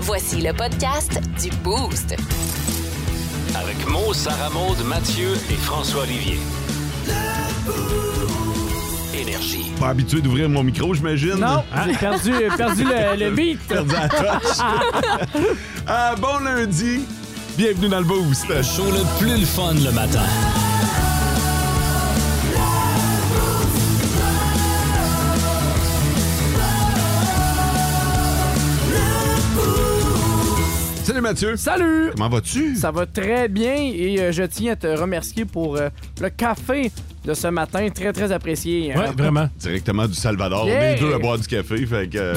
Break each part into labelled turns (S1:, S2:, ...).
S1: Voici le podcast du Boost.
S2: Avec Mo, Sarah Maud, Mathieu et François Olivier. Énergie.
S3: Pas habitué d'ouvrir mon micro, j'imagine.
S4: Non,
S3: Hein?
S4: j'ai perdu, euh, perdu le, le beat.
S3: Perdu la touche. Ah, bon lundi. Bienvenue dans le Boost.
S2: Show le plus le fun le matin.
S3: Salut Mathieu.
S4: Salut!
S3: Comment vas-tu?
S4: Ça va très bien et euh, je tiens à te remercier pour euh, le café de ce matin, très très apprécié. hein.
S5: Ouais, vraiment.
S3: Directement du Salvador. On est
S4: Yeah.
S3: les deux à boire du café, fait que...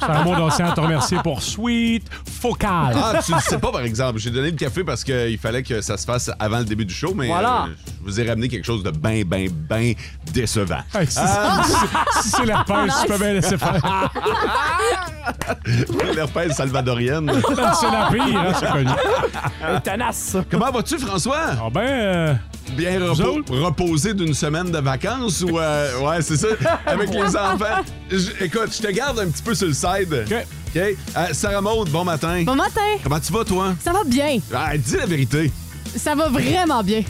S5: Sarah Maud, on tient à te remercier pour Sweet Focal.
S3: Ah, tu le sais pas, par exemple. J'ai donné le café parce qu'il fallait que ça se fasse avant le début du show, mais
S4: Voilà.
S3: euh, je vous ai ramené quelque chose de ben, ben, ben décevant. Euh,
S5: Hey, Ah, si
S6: Ah.
S5: si- si c'est la pêche, tu peux bien laisser faire.
S3: L'herpès salvadorienne.
S5: C'est la pire, hein, c'est connu.
S4: Et Tenace!
S3: Comment vas-tu, François?
S5: Ah ben, euh,
S3: Bien
S5: Vous
S3: repos-
S5: autres?
S3: reposé d'une semaine de vacances ou euh, ouais c'est ça avec les enfants. Je- écoute, je te garde un petit peu sur le side.
S5: OK.
S3: OK. Euh, Sarah Maud, bon matin.
S6: Bon matin!
S3: Comment tu vas toi
S6: Ça va bien!
S3: Ah, dis la vérité.
S6: Ça va vraiment bien!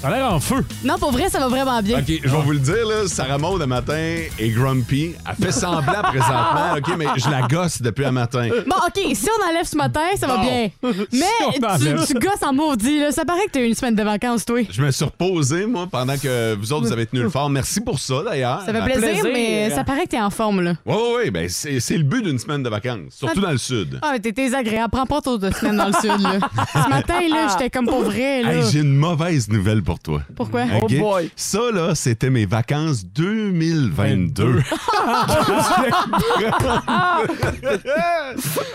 S5: t'as l'air en feu.
S6: Non, pour vrai, ça va vraiment Ah, bien.
S3: OK, je vais vous le dire là, Sarah Maud le matin est grumpy, elle fait semblant présentement, OK, mais je la gosse depuis un matin.
S6: Bon, OK, si on enlève ce matin, ça va
S3: Bon.
S6: bien. Mais
S5: on enlève.
S6: tu, tu gosses en maudit, là. Ça paraît que t'as eu une semaine de vacances, toi.
S3: Je me suis reposé moi pendant que vous autres vous avez tenu le fort. Merci pour ça d'ailleurs.
S6: Ça fait
S3: Ben,
S6: plaisir,
S4: plaisir.
S6: mais ça paraît que t'es en forme, là.
S3: Ouais ouais ouais, ben c'est c'est le but d'une semaine de vacances, surtout dans le sud.
S6: Ah, mais t'es désagréable. Prends pas trop de semaines dans le sud, là. Ce matin, là, j'étais comme pour vrai, là.
S3: Hey, j'ai une mauvaise nouvelle pour toi.
S6: Pourquoi?
S4: Oh
S3: OK?
S4: boy.
S3: Ça, là, c'était mes vacances 2022.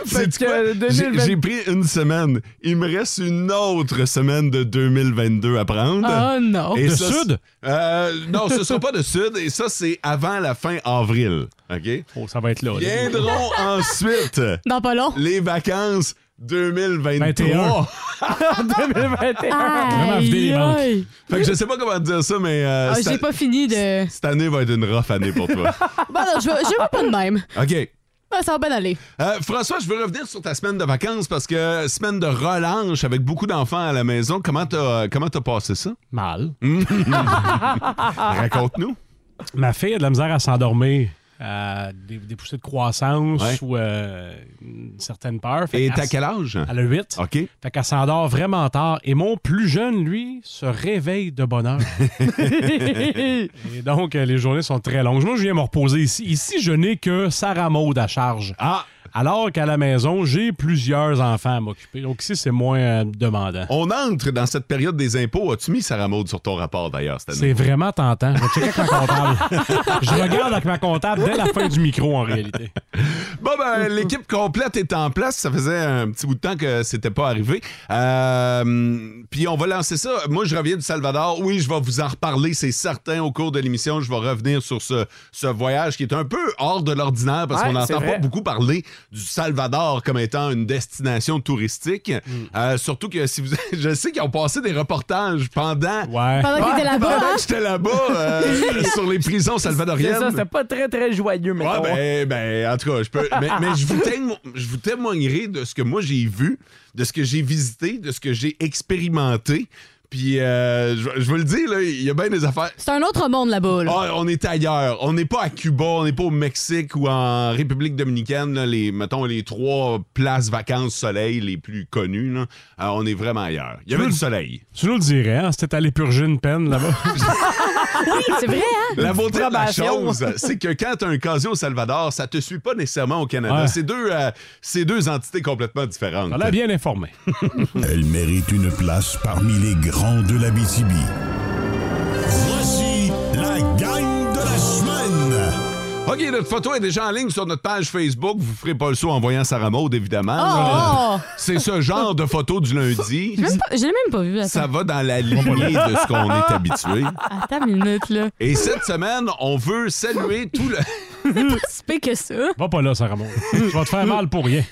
S3: C'est
S4: Fait que
S3: J'ai
S4: 2020
S3: j'ai pris une semaine. Il me reste une autre semaine de 2022 à prendre.
S5: Ah,
S6: Oh non!
S3: Et
S5: De
S3: ça, c'est-
S5: sud?
S3: Euh, non, ce sera pas de sud. Et ça, c'est avant la fin avril. OK?
S5: Oh, ça va être là. là.
S3: Viendront ensuite
S6: Dans pas long.
S3: les vacances 2023.
S5: 21.
S4: 2021.
S5: Vraiment vider les
S6: Aïe,
S5: manques.
S6: aïe.
S3: Fait que je sais pas comment te dire ça, mais euh,
S6: Ah,
S3: cette-
S6: J'ai pas fini de...
S3: cette année va être une rough année pour toi.
S6: Bon, non, je vais je vais pas de même.
S3: OK.
S6: Ah, Ça va bien aller.
S3: Euh, François, je veux revenir sur ta semaine de vacances parce que semaine de relâche avec beaucoup d'enfants à la maison. Comment t'as euh, comment t'as passé ça? Mm.
S5: Mal.
S3: Raconte-nous.
S5: Ma fille a de la misère à s'endormir. à des, des poussées de croissance
S3: Ouais.
S5: ou euh, une certaine peur. Fait
S3: Et
S5: qu'elle
S3: t'as
S5: s-
S3: quel âge?
S5: Elle a 8.
S3: OK.
S5: Fait qu'elle s'endort vraiment tard. Et mon plus jeune, lui, se réveille de bonne heure. Et donc, euh, les journées sont très longues. Moi, je viens me reposer ici. Ici, je n'ai que Sarah Maud à charge.
S3: Ah,
S5: Alors qu'à la maison, j'ai plusieurs enfants à m'occuper. Donc ici, c'est moins euh, demandant.
S3: on entre dans cette période des impôts. As-tu mis Sarah Maud sur ton rapport d'ailleurs cette année?
S5: C'est vraiment tentant. Je vais checker avec ma comptable. je regarde avec ma comptable dès la fin du micro, en réalité.
S3: Bon, ben, l'équipe complète est en place. Ça faisait un petit bout de temps que c'était pas arrivé. Euh, Puis on va lancer ça. Moi, je reviens du Salvador. Oui, je vais vous en reparler, c'est certain, au cours de l'émission. Je vais revenir sur ce, ce voyage qui est un peu hors de l'ordinaire parce
S4: Ouais,
S3: qu'on
S4: c'est
S3: n'entend pas
S4: vrai.
S3: beaucoup parler du Salvador comme étant une destination touristique.
S4: Mm.
S3: Euh, surtout que si vous... je sais qu'ils ont passé des reportages pendant...
S5: Ouais.
S6: Pendant que t'étais là-bas... hein?
S3: Pendant que j'étais là-bas, euh, sur les prisons
S4: C'est
S3: salvadoriennes.
S4: ça, c'était pas très très joyeux, mais
S3: Ouais, ben, ben, en tout cas, je peux. mais mais je, vous témo- je vous témoignerai de ce que moi j'ai vu, de ce que j'ai visité, de ce que j'ai expérimenté. Puis, euh, je, je veux le dire, là, il y a bien des affaires.
S6: C'est un autre monde là-bas. Là.
S3: Ah, on est ailleurs. On n'est pas à Cuba, on n'est pas au Mexique ou en République dominicaine, là, les, mettons, les trois places vacances soleil les plus connues. là. Ah, on est vraiment ailleurs. Il y avait du soleil.
S5: Tu nous le dirais, hein? C'était allé purger une peine là-bas.
S6: C'est vrai, hein?
S3: La beauté de la
S4: Probation.
S3: chose, c'est que quand t'as un casio au Salvador, ça te suit pas nécessairement au Canada.
S5: Ouais.
S3: C'est deux, euh, c'est deux entités complètement différentes.
S5: On l'a bien informé.
S7: Elle mérite une place parmi les grands de la BTB. Voici la gang de la semaine.
S3: OK, notre photo est déjà en ligne sur notre page Facebook. Vous ferez pas le saut en voyant Sarah Maud, évidemment.
S6: Oh!
S3: C'est ce genre de photo du lundi.
S6: J'ai même pas- Je l'ai même pas vu. Attends,
S3: Ça va dans la lignée de ce qu'on est habitué.
S6: attends une minute, là.
S3: Et cette semaine, on veut saluer tout le...
S6: C'est pas si pire que ça.
S5: Va pas là, Sarah Maud. Tu vas te faire mal pour rien.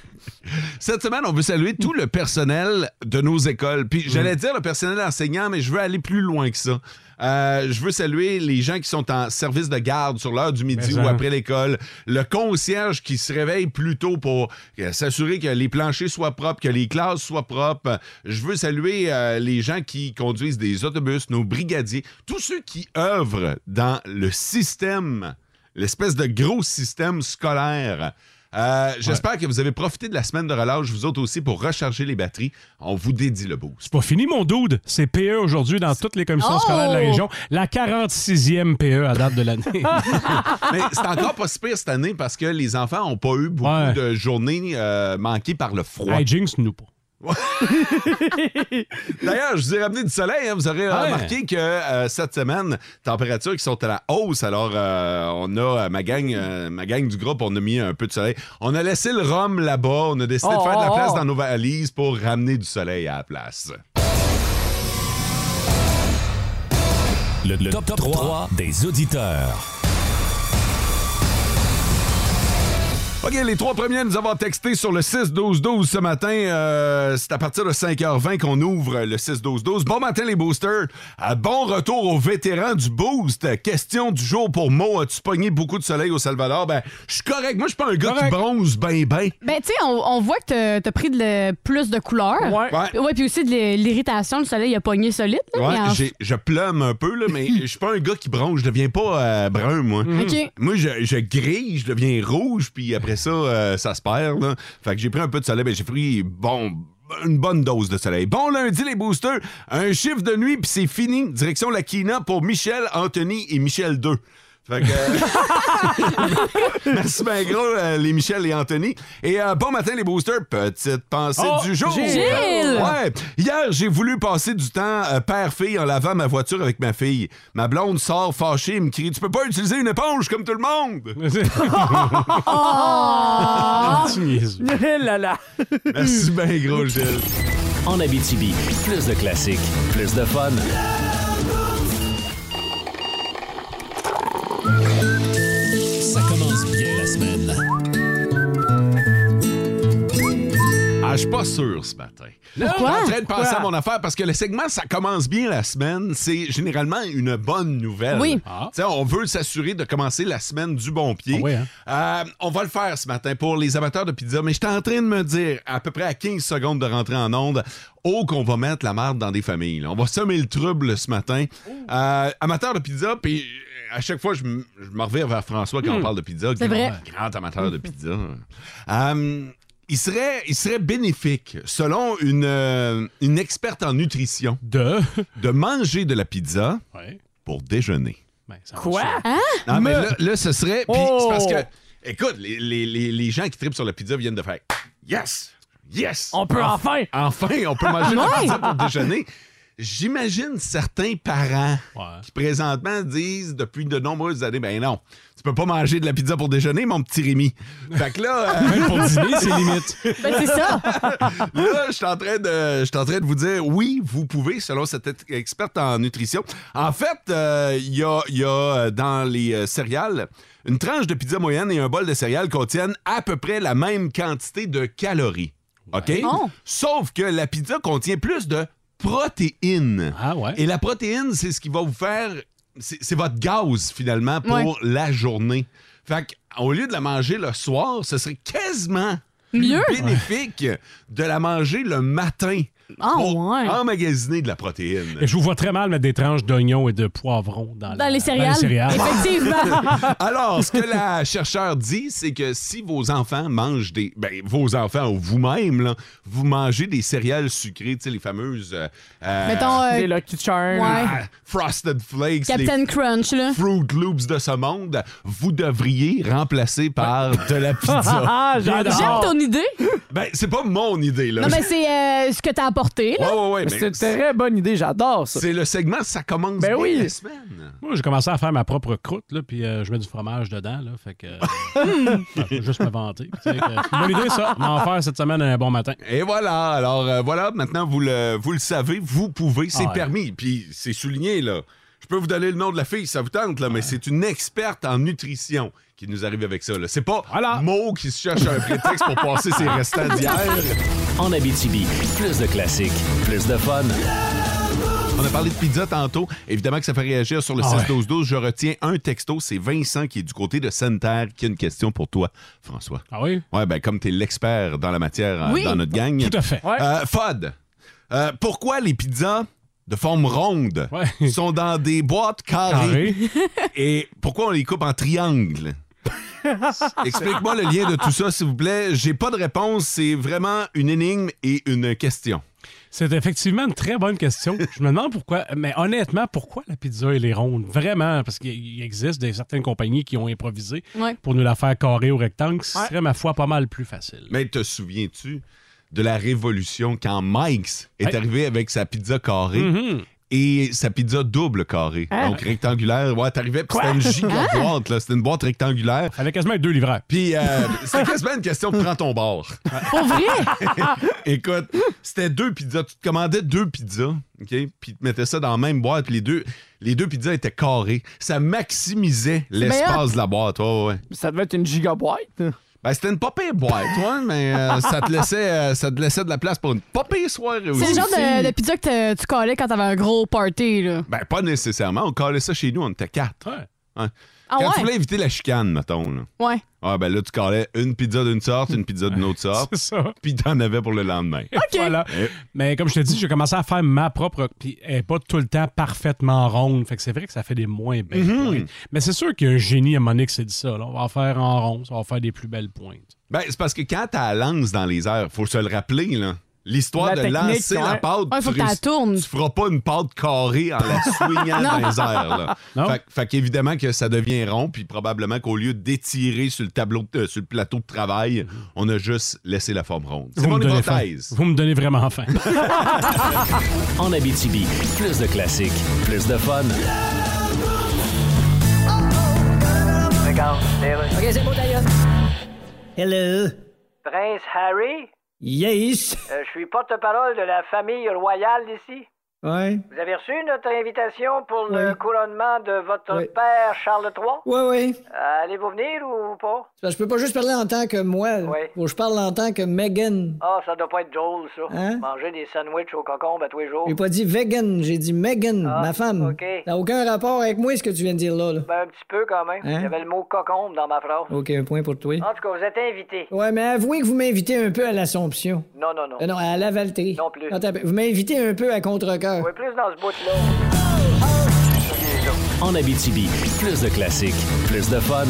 S3: Cette semaine, on veut saluer tout le personnel de nos écoles. Puis j'allais dire le personnel enseignant, mais je veux aller plus loin que ça. Euh, je veux saluer les gens qui sont en service de garde sur l'heure du midi
S5: Mais
S3: ou
S5: ça.
S3: après l'école, le concierge qui se réveille plus tôt pour euh, s'assurer que les planchers soient propres, que les classes soient propres. Je veux saluer euh, les gens qui conduisent des autobus, nos brigadiers, tous ceux qui œuvrent dans le système, l'espèce de gros système scolaire. Euh, J'espère que vous avez profité de la semaine de relâche, vous autres aussi, pour recharger les batteries. On vous dédie le boost.
S5: Pas fini, mon dude. C'est PE aujourd'hui dans toutes les commissions
S6: Oh!
S5: scolaires de la région. La 46e PE à date de l'année.
S3: Mais c'est encore pas si pire cette année parce que les enfants n'ont pas eu beaucoup
S5: Ouais.
S3: de journées euh, manquées par le froid.
S5: hey, jinx, nous pas.
S3: D'ailleurs, je vous ai ramené du soleil. hein. Vous aurez
S5: Ouais.
S3: remarqué que euh, cette semaine, températures qui sont à la hausse. Alors, euh, on a, euh, ma gang, euh, ma gang du groupe, on a mis un peu de soleil. On a laissé le rhum là-bas. On a décidé de
S4: Oh,
S3: faire de la
S4: oh,
S3: place
S4: oh.
S3: dans nos valises pour ramener du soleil à la place.
S8: Le, le top, 3, des auditeurs.
S3: OK, les trois premiers à nous avoir texté sur le 6-12-12 ce matin. Euh, c'est à partir de 5h20 qu'on ouvre le 6-12-12. Bon matin, les boosters. Euh, bon retour aux vétérans du Boost. Question du jour pour Mo. As-tu pogné beaucoup de soleil au Salvador? Ben, je suis correct. Moi, je suis pas un gars qui
S5: Correct.
S3: bronze ben, ben.
S6: Ben, tu sais, on, on voit que t'as- t'as pris de le- plus de couleurs.
S4: Ouais.
S3: Ouais.
S6: Ouais, puis aussi de l'ir- l'irritation, le soleil a pogné solide. là,
S3: Ouais,
S6: mais en-
S3: j'ai- je plume un peu, là, mais je suis pas un gars qui bronze. Je deviens pas euh, brun, moi.
S6: OK.
S3: Moi, je, je grille, je deviens rouge, puis après ça, euh, ça se perd. Là. Fait que j'ai pris un peu de soleil, mais j'ai pris bon, une bonne dose de soleil. Bon lundi, les boosters. Un chiffre de nuit, puis c'est fini. Direction la Kina pour Michel, Anthony et Michel 2. Fait que. euh, Merci bien gros, euh, les Michel et Anthony. Et euh, bon matin, les boosters. Petite pensée
S5: Oh,
S3: du jour.
S5: Gilles!
S6: Gilles!
S3: Ouais. Hier, j'ai voulu passer du temps euh, père-fille en lavant ma voiture avec ma fille. Ma blonde sort fâchée et me crie Tu peux pas utiliser une éponge comme tout le monde
S5: Tu niaises.
S4: Eh là là.
S3: Merci bien gros, Gilles.
S8: En Abitibi, plus de classiques, plus de fun. Ça commence bien la semaine.
S3: Ah, je suis pas sûr ce matin.
S6: Pourquoi?
S3: Je suis en train de penser à mon affaire parce que le segment, ça commence bien la semaine. C'est généralement une bonne nouvelle.
S6: Oui.
S5: Ah.
S3: Tu sais, On veut s'assurer de commencer la semaine du bon pied.
S5: Ah oui, hein?
S3: Euh, on va le faire ce matin pour les amateurs de pizza, mais j'étais en train de me dire, à peu près à 15 secondes de rentrer en onde, oh qu'on va mettre la marde dans des familles. là. On va semer le trouble ce matin. Euh, amateurs de pizza, puis euh, à chaque fois, je m- je me revire vers François quand on parle de pizza.
S6: Hmm. C'est vrai.
S3: Grand amateur de pizza. Euh, il, serait, il serait bénéfique, selon une, euh, une experte en nutrition,
S5: De.
S3: de manger de la pizza
S5: Ouais.
S3: pour déjeuner.
S5: Ben, ça va
S4: Quoi?
S5: de suite.
S3: Non, mais là, là, ce serait. puis c'est parce que.
S4: Oh!
S3: Écoute, les, les- les- les gens qui tripent sur la pizza viennent de faire Yes! Yes!
S4: On peut enfin.
S3: Enfin, on peut manger de la pizza pour déjeuner. J'imagine certains parents
S5: Ouais.
S3: qui présentement disent depuis de nombreuses années Ben non, tu peux pas manger de la pizza pour déjeuner, mon petit Rémi. Fait que là. euh,
S5: Même pour dîner, c'est limite.
S6: Ben, c'est ça.
S3: Là, je suis en train de, je suis en train de vous dire, oui, vous pouvez, selon cette ex- experte en nutrition. En fait, euh, il y a, il y a, euh, dans les euh, céréales, une tranche de pizza moyenne et un bol de céréales contiennent à peu près la même quantité de calories. OK?
S6: Oh.
S3: Sauf que la pizza contient plus de protéines.
S5: Ah ouais.
S3: Et la protéine, c'est ce qui va vous faire. C'est c'est votre gaz, finalement, pour
S6: Ouais.
S3: la journée. Fait qu'au lieu de la manger le soir, ce serait quasiment
S6: Mieux.
S3: bénéfique de la manger le matin
S6: Ah,
S3: pour
S6: ouais.
S3: emmagasiner de la protéine.
S5: Et je vous vois très mal mettre des tranches d'oignons et de poivrons dans, la-
S6: Dans les céréales. Effectivement.
S3: Alors, ce que la chercheure dit, c'est que si vos enfants mangent des... Ben, vos enfants ou vous-même, là, vous mangez des céréales sucrées, tu sais, les fameuses... euh, euh,
S6: Mettons, euh,
S4: Des Lucky Charms.
S6: Ouais.
S3: ah, Frosted Flakes, les
S6: Captain Crunch, là.
S3: Fruit Loops de ce monde, vous devriez remplacer par de la pizza.
S4: Ah,
S6: J'aime
S4: j'adore.
S6: ton idée.
S3: ben, c'est pas mon idée, là.
S6: Non, mais c'est euh, ce que t'as apporté, là.
S3: Ouais, ouais, ouais, mais
S4: C'est une très bonne idée, j'adore ça.
S3: c'est le segment, ça commence
S4: Ben
S3: bien
S4: oui.
S3: la semaine.
S5: Moi, j'ai commencé à faire ma propre croûte, là, puis euh, je mets du fromage dedans, là, fait que... euh, je peux juste me vanter. tu sais, que C'est une bonne idée, ça. M'en faire cette semaine un bon matin.
S3: Et voilà, alors euh, voilà, maintenant vous le, vous le savez, vous pouvez, c'est
S5: Ah ouais.
S3: permis, puis c'est souligné là. Je Je peux vous donner le nom de la fille, ça vous tente, là, mais c'est une experte en nutrition qui nous arrive avec ça. là. C'est pas
S5: Voilà.
S3: Mo qui se cherche un prétexte pour passer ses restants d'hier.
S8: En Abitibi, plus de classiques, plus de fun.
S3: On a parlé de pizza tantôt. Évidemment que ça fait réagir sur le
S5: Ah ouais.
S3: 6-12-12. Je retiens un texto. C'est Vincent qui est du côté de Sainte-Terre qui a une question pour toi, François.
S5: Ah oui?
S3: Ouais, ben comme tu es l'expert dans la matière euh,
S6: Oui.
S3: dans notre gang.
S5: Tout à fait.
S4: Ouais.
S3: Euh, Fod, euh, pourquoi les pizzas de forme ronde
S5: Ouais. Ah
S3: sont dans des boîtes carrées
S5: Carré.
S3: et pourquoi on les coupe en triangle? Explique-moi le lien de tout ça, s'il vous plaît. J'ai pas de réponse. C'est vraiment une énigme et une question.
S5: C'est effectivement une très bonne question. Je me demande pourquoi, mais honnêtement, pourquoi la pizza elle est ronde? Vraiment, parce qu'il il existe des, certaines compagnies qui ont improvisé
S6: Ouais.
S5: pour nous la faire carrée ou rectangle, ce
S4: Ouais.
S5: serait, ma foi, pas mal plus facile.
S3: Mais te souviens-tu de la révolution quand Mike's est
S5: Hey.
S3: arrivé avec sa pizza carrée
S5: Mhm.
S3: et sa pizza double carrée?
S4: Hein?
S3: Donc rectangulaire. Ouais, t'arrivais, puis c'était une giga boîte, là. C'était une boîte rectangulaire.
S5: Avec quasiment deux livraires.
S3: Puis, euh, c'était quasiment une question de prends ton bord.
S6: Pour vrai?
S3: Écoute, c'était deux pizzas. Tu te commandais deux pizzas, OK? Puis tu mettais ça dans la même boîte. puis Les deux, les deux pizzas étaient carrées. Ça maximisait l'espace de la boîte. Ouais, ouais.
S4: Ça devait être une gigabyte.
S3: Ben, c'était une pas pire boîte, ouais, mais euh, ça, te laissait, euh, ça te laissait de la place pour une pas pire soirée aussi.
S6: C'est le genre de, de pizza que t'as- tu collais quand t'avais un gros party, là.
S3: Ben, pas nécessairement. On collait ça chez nous, on était quatre.
S5: Ouais.
S6: Ah
S3: Quand tu
S6: ouais?
S3: voulais éviter la chicane, mettons, là.
S6: Ouais.
S3: Ah, ben là, tu collais une pizza d'une sorte, une pizza d'une autre sorte,
S5: C'est ça. Eh.
S3: puis t'en avais pour le lendemain.
S5: Voilà. Mais comme je te dis, j'ai commencé à faire ma propre, puis elle n'est pas tout le temps parfaitement ronde. Fait que c'est vrai que ça fait des moins belles
S3: Mhm.
S5: pointes. Mais c'est sûr qu'il y a un génie à Monique, c'est dit ça. là. On va en faire en rond, on va faire des plus belles pointes.
S3: Ben, c'est parce que quand t'as la lance dans les airs, faut se le rappeler, là. L'histoire
S4: La
S3: de
S4: technique,
S3: lancer
S4: ouais.
S3: la pâte,
S6: Ouais, faut
S3: tu,
S6: que t'la
S3: réussis-
S6: tournes.
S3: tu feras pas une pâte carrée en la swingant dans les airs. Là.
S5: Non.
S3: Fait, fait qu'évidemment que ça devient rond, puis probablement qu'au lieu d'étirer sur le tableau, de- euh, sur le plateau de travail, on a juste laissé la forme ronde. C'est mon
S5: me donnez faim.
S3: hypothèse.
S5: Vous me donnez vraiment faim.
S8: En Abitibi, plus de classiques, plus de fun.
S9: Hello.
S10: Prince Harry,
S9: Yes.
S10: euh, je suis porte-parole de la famille royale d'ici.
S9: Ouais.
S10: Vous avez reçu notre invitation pour le
S9: Oui.
S10: couronnement de votre
S9: Oui.
S10: père Charles III?
S9: Ouais, ouais. C'est
S10: Euh, Allez-vous venir ou pas?
S9: parce que Je peux pas juste parler en tant que moi. là.
S10: Ouais.
S9: Faut que je parle en tant que Megan.
S10: Ah, ça doit pas être drôle, ça.
S9: Hein?
S10: Manger des sandwichs aux concombres à tous
S11: Oh.
S10: les jours.
S9: J'ai pas dit vegan, j'ai dit Megan,
S10: Ah,
S9: ma femme.
S10: ok.
S9: Ça n'a aucun rapport avec moi ce que tu viens de dire là. là.
S10: Ben, un petit peu quand même.
S9: Hein?
S10: Il y avait le mot cocombe dans ma phrase. Ah.
S9: Ok, un point pour toi.
S10: En tout cas, vous êtes invité.
S9: Ouais, mais avouez que vous m'invitez un peu à l'Assomption.
S10: Non, non, non.
S9: Euh, non, à Lavalterie.
S10: Non plus.
S9: Attends, vous m'invitez un peu à contre-cœur.
S10: Ouais, plus dans ce bout-là.
S8: En Abitibi, plus de classiques, plus de fun.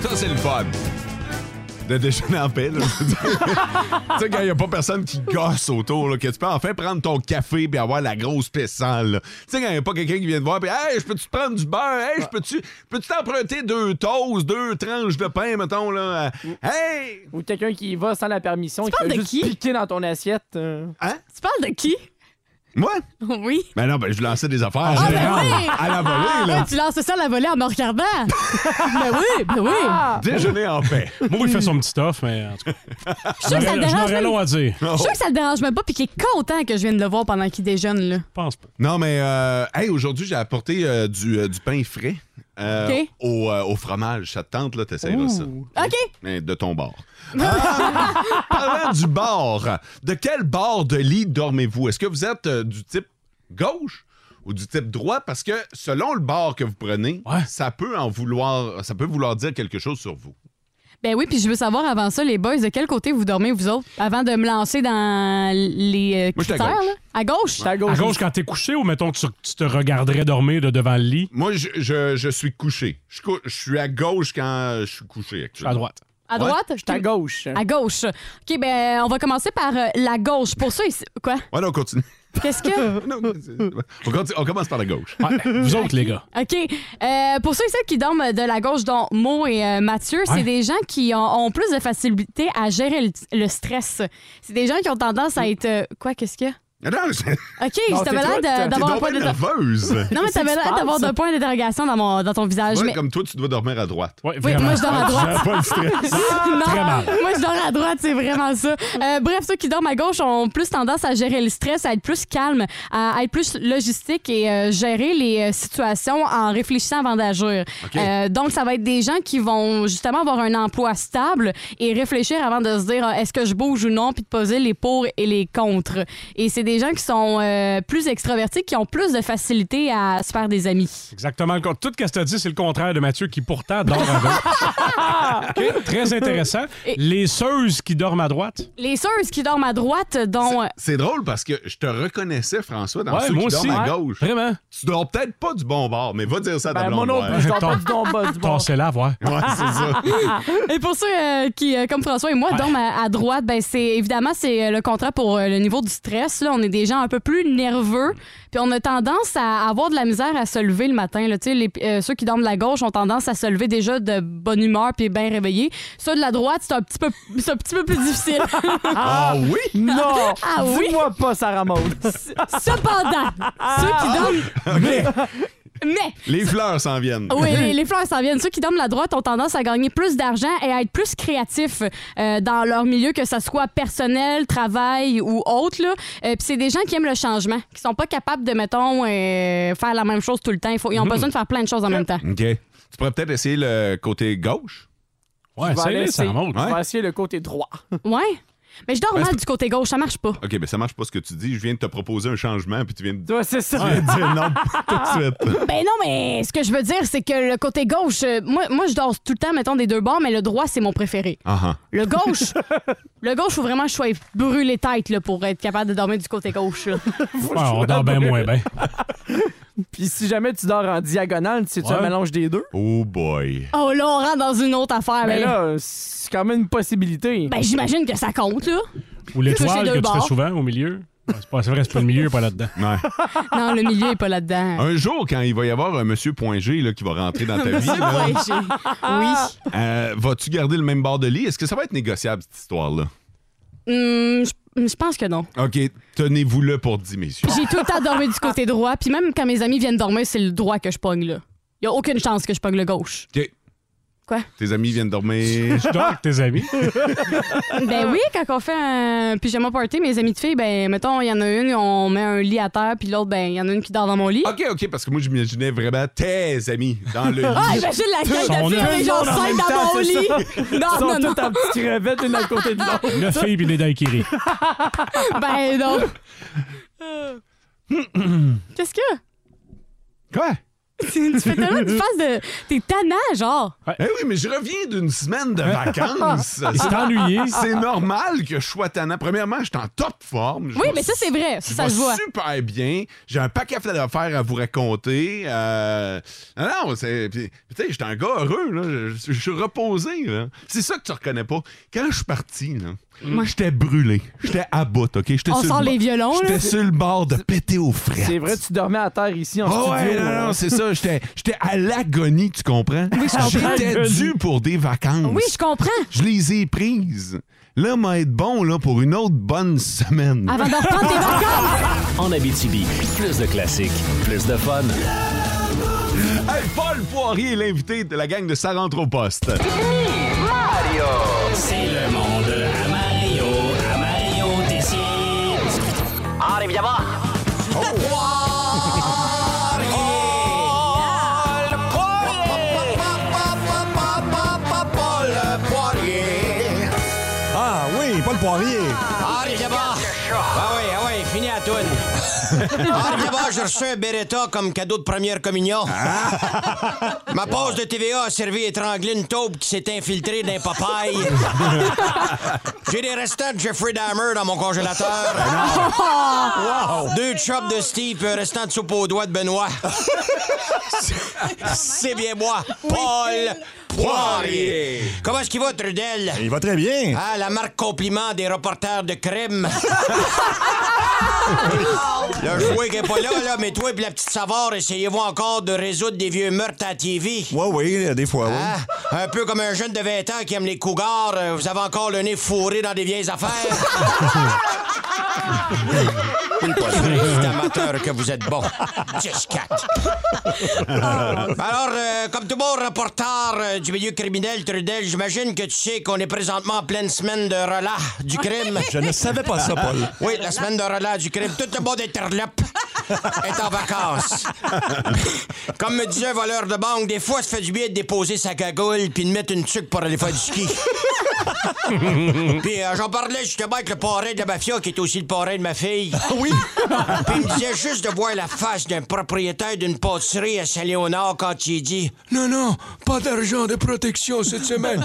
S3: Ça, c'est le fun. De déjeuner en paix, là. je veux dire. tu sais, quand il n'y a pas personne qui gosse autour, là, que tu peux enfin prendre ton café et avoir la grosse paix sale, là. Tu sais, quand il n'y a pas quelqu'un qui vient te voir puis Hey, je peux-tu te prendre du beurre? Hey, je peux-tu peux t'emprunter deux toasts, deux tranches de pain, mettons, là? Hey!
S4: Ou quelqu'un qui y va sans la permission et qui
S6: parles
S4: a
S6: de
S4: juste
S6: qui?
S4: piqué dans ton assiette. euh.
S3: Hein?
S6: Tu parles de qui?
S3: Moi?
S6: Oui.
S3: Ben non, ben je lançais des affaires.
S5: Ah,
S3: en
S5: ben
S3: général,
S6: oui!
S3: À la volée, là.
S6: Ouais, Ah, tu lances ça à la volée en me regardant. ben oui, ben oui.
S3: Déjeuner en paix.
S5: Moi, il fait son petit stuff, mais en tout cas.
S6: Je suis sûre que ça le
S5: J'aurais-
S6: dérange
S5: J'aurais
S6: même.
S5: long à dire.
S3: Oh.
S6: Je suis sûre que ça le dérange même pas, puis qu'il est content que je vienne le voir pendant qu'il déjeune, là.
S5: Je pense pas.
S3: Non, mais euh, hey, aujourd'hui, j'ai apporté euh, du, euh, du pain frais euh,
S6: OK.
S3: au, euh, au fromage. Ça te tente, là, t'essayeras ça.
S6: OK.
S3: Mais de ton bord. Ah, parlant du bord, de quel bord de lit dormez-vous? Est-ce que vous êtes euh, du type gauche ou du type droit? Parce que selon le bord que vous prenez,
S5: Ouais.
S3: ça peut en vouloir, ça peut vouloir dire quelque chose sur vous.
S6: Ben oui, puis je veux savoir avant ça, les boys, de quel côté vous dormez, vous autres, avant de me lancer dans les euh,
S3: Moi, j'étais à
S6: critères,
S3: gauche.
S6: là? À gauche?
S4: T'es à
S5: À
S4: gauche.
S5: gauche, quand t'es couché, ou mettons que tu, tu te regarderais dormir de devant le lit,
S3: Moi, je, je- je suis couché. Je, cou- je suis à gauche quand je suis couché
S5: je suis à
S3: actuellement.
S5: droite.
S6: À droite?
S4: T'es à gauche.
S6: À gauche. OK, ben on va commencer par euh, la gauche. Pour ça, ici- quoi?
S3: Ouais, non, on continue.
S6: Qu'est-ce que...
S3: Non, mais c'est- on, continue- on commence par la gauche.
S5: Ouais, vous autres, les gars.
S6: OK. Euh, pour ceux et celles qui dorment de la gauche, dont Mo et euh, Mathieu,
S5: Ouais.
S6: c'est des gens qui ont, ont plus de facilité à gérer le, le stress. C'est des gens qui ont tendance à être... euh, quoi, qu'est-ce que...
S3: Ah Non, je...
S6: OK,
S3: Non,
S6: je t'avais
S3: t'es-
S6: l'air
S3: t'es- t'es
S6: de- d'avoir un
S3: donc
S6: point
S3: bien
S6: d'inter-
S3: nerveuse.
S6: Non, mais
S3: Qu'est-ce
S6: t'avais
S3: qui se
S6: l'air d'avoir
S3: passe?
S6: un point d'interrogation dans, mon- dans ton visage.
S3: Ouais,
S6: mais...
S3: Comme toi, tu dois dormir à droite.
S6: Oui, moi je dors à droite. non,
S3: Ah, mal.
S6: moi je dors à droite, c'est vraiment ça. Euh, bref, ceux qui dorment à gauche ont plus tendance à gérer le stress, à être plus calme, à être plus logistique et euh, gérer les euh, situations en réfléchissant avant d'agir.
S12: OK.
S6: Euh, donc, ça va être des gens qui vont justement avoir un emploi stable et réfléchir avant de se dire ah, est-ce que je bouge ou non, puis de poser les pour et les contre. Et c'est des gens qui sont euh, plus extravertis, qui ont plus de facilité à se faire des amis.
S5: Exactement. le con- Tout ce que tu as dit, c'est le contraire de Mathieu qui pourtant dort à droite. OK, Très intéressant.
S6: Et-
S5: Les seuses qui dorment à droite.
S6: Les sœurs qui dorment à droite, dont.
S3: C'est drôle parce que je te reconnaissais, François, dans
S5: Ouais,
S3: ceux
S5: moi
S3: qui dorment
S5: aussi.
S3: à
S5: Ouais,
S3: gauche.
S5: Vraiment?
S3: Tu dors peut-être pas du bon bord, mais va dire ça à ta
S5: Ben,
S3: blonde.
S5: moi non
S3: ouais.
S5: plus, je dors pas du bon bord, du bon. Tassez-la, voir.
S3: Ouais, c'est ça.
S6: euh, et pour ceux euh, qui, euh, comme François et moi, dorment à, à droite, ben c'est évidemment c'est euh, le contrat pour euh, le niveau du stress. Là, on est des gens un peu plus nerveux, puis on a tendance à avoir de la misère à se lever le matin. Là, Tu sais, les, euh, ceux qui dorment de la gauche ont tendance à se lever déjà de bonne humeur puis bien réveillés. Ceux de la droite, c'est un petit peu, c'est un petit peu plus difficile.
S4: Ah
S3: oui?
S4: Non!
S6: Ah oui?
S4: Dis-moi pas, Sarah Maud. Ah.
S6: Cependant, ceux qui dorment,
S3: OK.
S6: mais
S3: Les fleurs s'en viennent.
S6: Ah Oui, les, les fleurs s'en viennent. Ceux qui dorment la droite ont tendance à gagner plus d'argent et à être plus créatifs euh, dans leur milieu, que ce soit personnel, travail ou autre. là. Euh, Puis c'est des gens qui aiment le changement, qui sont pas capables de, mettons, euh, faire la même chose tout le temps. Il faut- ils ont
S3: Mhm.
S6: besoin de faire plein de choses en même temps.
S3: OK. Tu pourrais peut-être essayer le côté gauche.
S5: Ouais,
S3: Ben,
S4: Je vais aller essayer.
S3: Ouais.
S4: Je vais essayer le côté droit.
S6: Ouais. Mais je dors
S3: Ben,
S6: mal
S3: c'est-
S6: du côté gauche, ça marche pas.
S3: OK, mais ça marche pas ce que tu dis. Je viens de te proposer un changement, puis tu viens de,
S4: Toi, c'est ça.
S3: tu viens de dire non tout de suite.
S6: Ben non, mais ce que je veux dire, c'est que le côté gauche, euh, moi, moi, je dors tout le temps, mettons, des deux bords, mais le droit, c'est mon préféré.
S3: Ah,
S6: Le gauche, le gauche, faut vraiment que je sois brûlé tête là, pour être capable de dormir du côté gauche. là.
S5: Ouais, Ah, on dort bien moins bien.
S4: Puis si jamais tu dors en diagonale, c'est-tu un
S6: Ouais.
S4: mélange des deux?
S3: Oh boy.
S6: Oh là, on rentre dans une autre affaire.
S4: Mais
S6: mais-
S4: là, euh, c'est quand même une possibilité.
S6: Ben, j'imagine que ça compte, là.
S5: Ou
S6: Ça, c'est
S5: l'étoile
S6: deux
S5: que tu fais
S6: bords.
S5: souvent au milieu. Ouais, c'est pas- C'est vrai, c'est pas le milieu, pas là-dedans.
S6: Non, le milieu est pas là-dedans.
S3: Un jour, quand il va y avoir un monsieur point G là, qui va rentrer dans ta vie,
S6: Monsieur
S3: là,
S6: Poirier. Oui.
S3: euh, vas-tu garder le même bord de lit? Est-ce que ça va être négociable, cette histoire-là?
S6: Hum, je- je pense que non.
S3: OK, tenez-vous-le pour 10 messieurs.
S6: J'ai tout le temps dormi du côté droit, puis même quand mes amis viennent dormir, c'est le droit que je pogne, là. Y a aucune chance que je pogne le gauche.
S3: OK.
S6: Quoi?
S3: Tes amis viennent dormir.
S5: Je dors avec tes amis.
S6: Ben oui, quand on fait un pyjama party, mes amis de filles, ben, mettons, il y en a une, on met un lit à terre, puis l'autre, ben, il y en a une qui dort dans mon lit.
S3: OK, OK, parce que moi, j'imaginais vraiment tes amis dans le lit.
S6: Ah, imagine la gueule de filles, genre
S4: en
S6: cinq
S4: même temps,
S6: dans mon
S4: c'est
S6: lit.
S4: ça. Ils sont
S6: Ah, Non, non, non.
S4: toutes en petite crevette, une à côté de l'autre.
S5: Neuf filles puis les daiquiris.
S6: Ben non. Qu'est-ce que?
S3: Quoi?
S6: tu fais tellement de face de. T'es tannant, genre.
S3: Eh oui, mais je reviens d'une semaine de vacances.
S5: Il s'est ennuyé.
S3: C'est normal que je sois tannant. Premièrement, je suis en top forme. Je
S6: Oui,
S3: vais-
S6: mais ça, Ah, c'est vrai. Ça,
S3: je
S6: ça
S3: vais
S6: se voit.
S3: super bien. J'ai un paquet d'affaires à vous raconter. Euh, Non, non, c'est... puis, Tu sais, j'étais un gars heureux, là. Je, je- je suis reposé, là. C'est ça que tu reconnais pas. Quand je suis parti, là,
S6: Mm.
S3: j'étais brûlé. J'étais à bout, OK? J'étais
S6: On
S3: sur le
S6: sort
S3: bo-
S6: les violons, là.
S3: J'étais sur le bord de péter aux frettes.
S4: C'est vrai, tu dormais à terre ici en
S3: Ah ouais,
S4: studio.
S3: non,
S4: là.
S3: non, c'est ça. J'étais j'étais à l'agonie, tu comprends?
S4: Oui, je comprends.
S3: J'étais
S4: L'agonie.
S3: dû pour des vacances.
S6: Oui, je comprends.
S3: Je les ai prises. Là, m'a être bon là, pour une autre bonne semaine.
S6: Avant de reprendre Ben, tes vacances.
S8: En Abitibi, plus de classiques, plus de fun.
S3: Hey, Paul Poirier est l'invité de la gang de Ça rentre au poste.
S8: Mario! C'est le monde à Mario, à Mario Tessier. Oh,
S10: Ah, les viamants!
S13: Ah oui, Paul Poirier.
S14: Ah, les gabas! Ah oui, ah oui, fini à toune. ah, les gabas, j'ai reçu un Beretta comme cadeau de première communion.
S13: Ah,
S14: Ma pause de TVA a servi à étrangler une taupe qui s'est infiltrée d'un papaye. j'ai des restants de Jeffrey Dahmer dans mon congélateur. Deux chops de Steve et un restant de soupe aux doigts de Benoît. C'est bien moi, Paul Poirier. Comment est-ce qu'il va, Trudel?
S13: Il va très bien.
S14: Ah, la marque compliment des reporters de crème. Le jouet qui est pas là, là, mais toi et la petite Savard, essayez-vous encore de résoudre des vieux meurtres à TV?
S13: Oui, oui, euh, des fois, oui.
S14: Hein? Un peu comme un jeune de 20 ans qui aime les cougars, euh, vous avez encore le nez fourré dans des vieilles affaires. C'est amateur que vous êtes bon. 10-4. Ben
S12: Ah.
S14: alors, euh, comme tout bon reporter euh, du milieu criminel, Trudel, j'imagine que tu sais qu'on est présentement en pleine semaine de relâche du crime.
S13: Je ne savais pas ça, Paul.
S14: Oui, la semaine de relâche du crime. Tout le monde est interlope est en vacances. Comme me disait un voleur de banque, des fois, ça fait du bien de déposer sa cagoule puis de mettre une tuque pour aller faire du ski. Puis euh, j'en parlais justement avec le parrain de la mafia qui est aussi le parrain de ma fille.
S13: Ah
S14: oui. Puis il me disait juste de voir la face d'un propriétaire d'une pâtisserie à Saint-Léonard quand il dit
S12: Non, non, pas d'argent de protection cette semaine.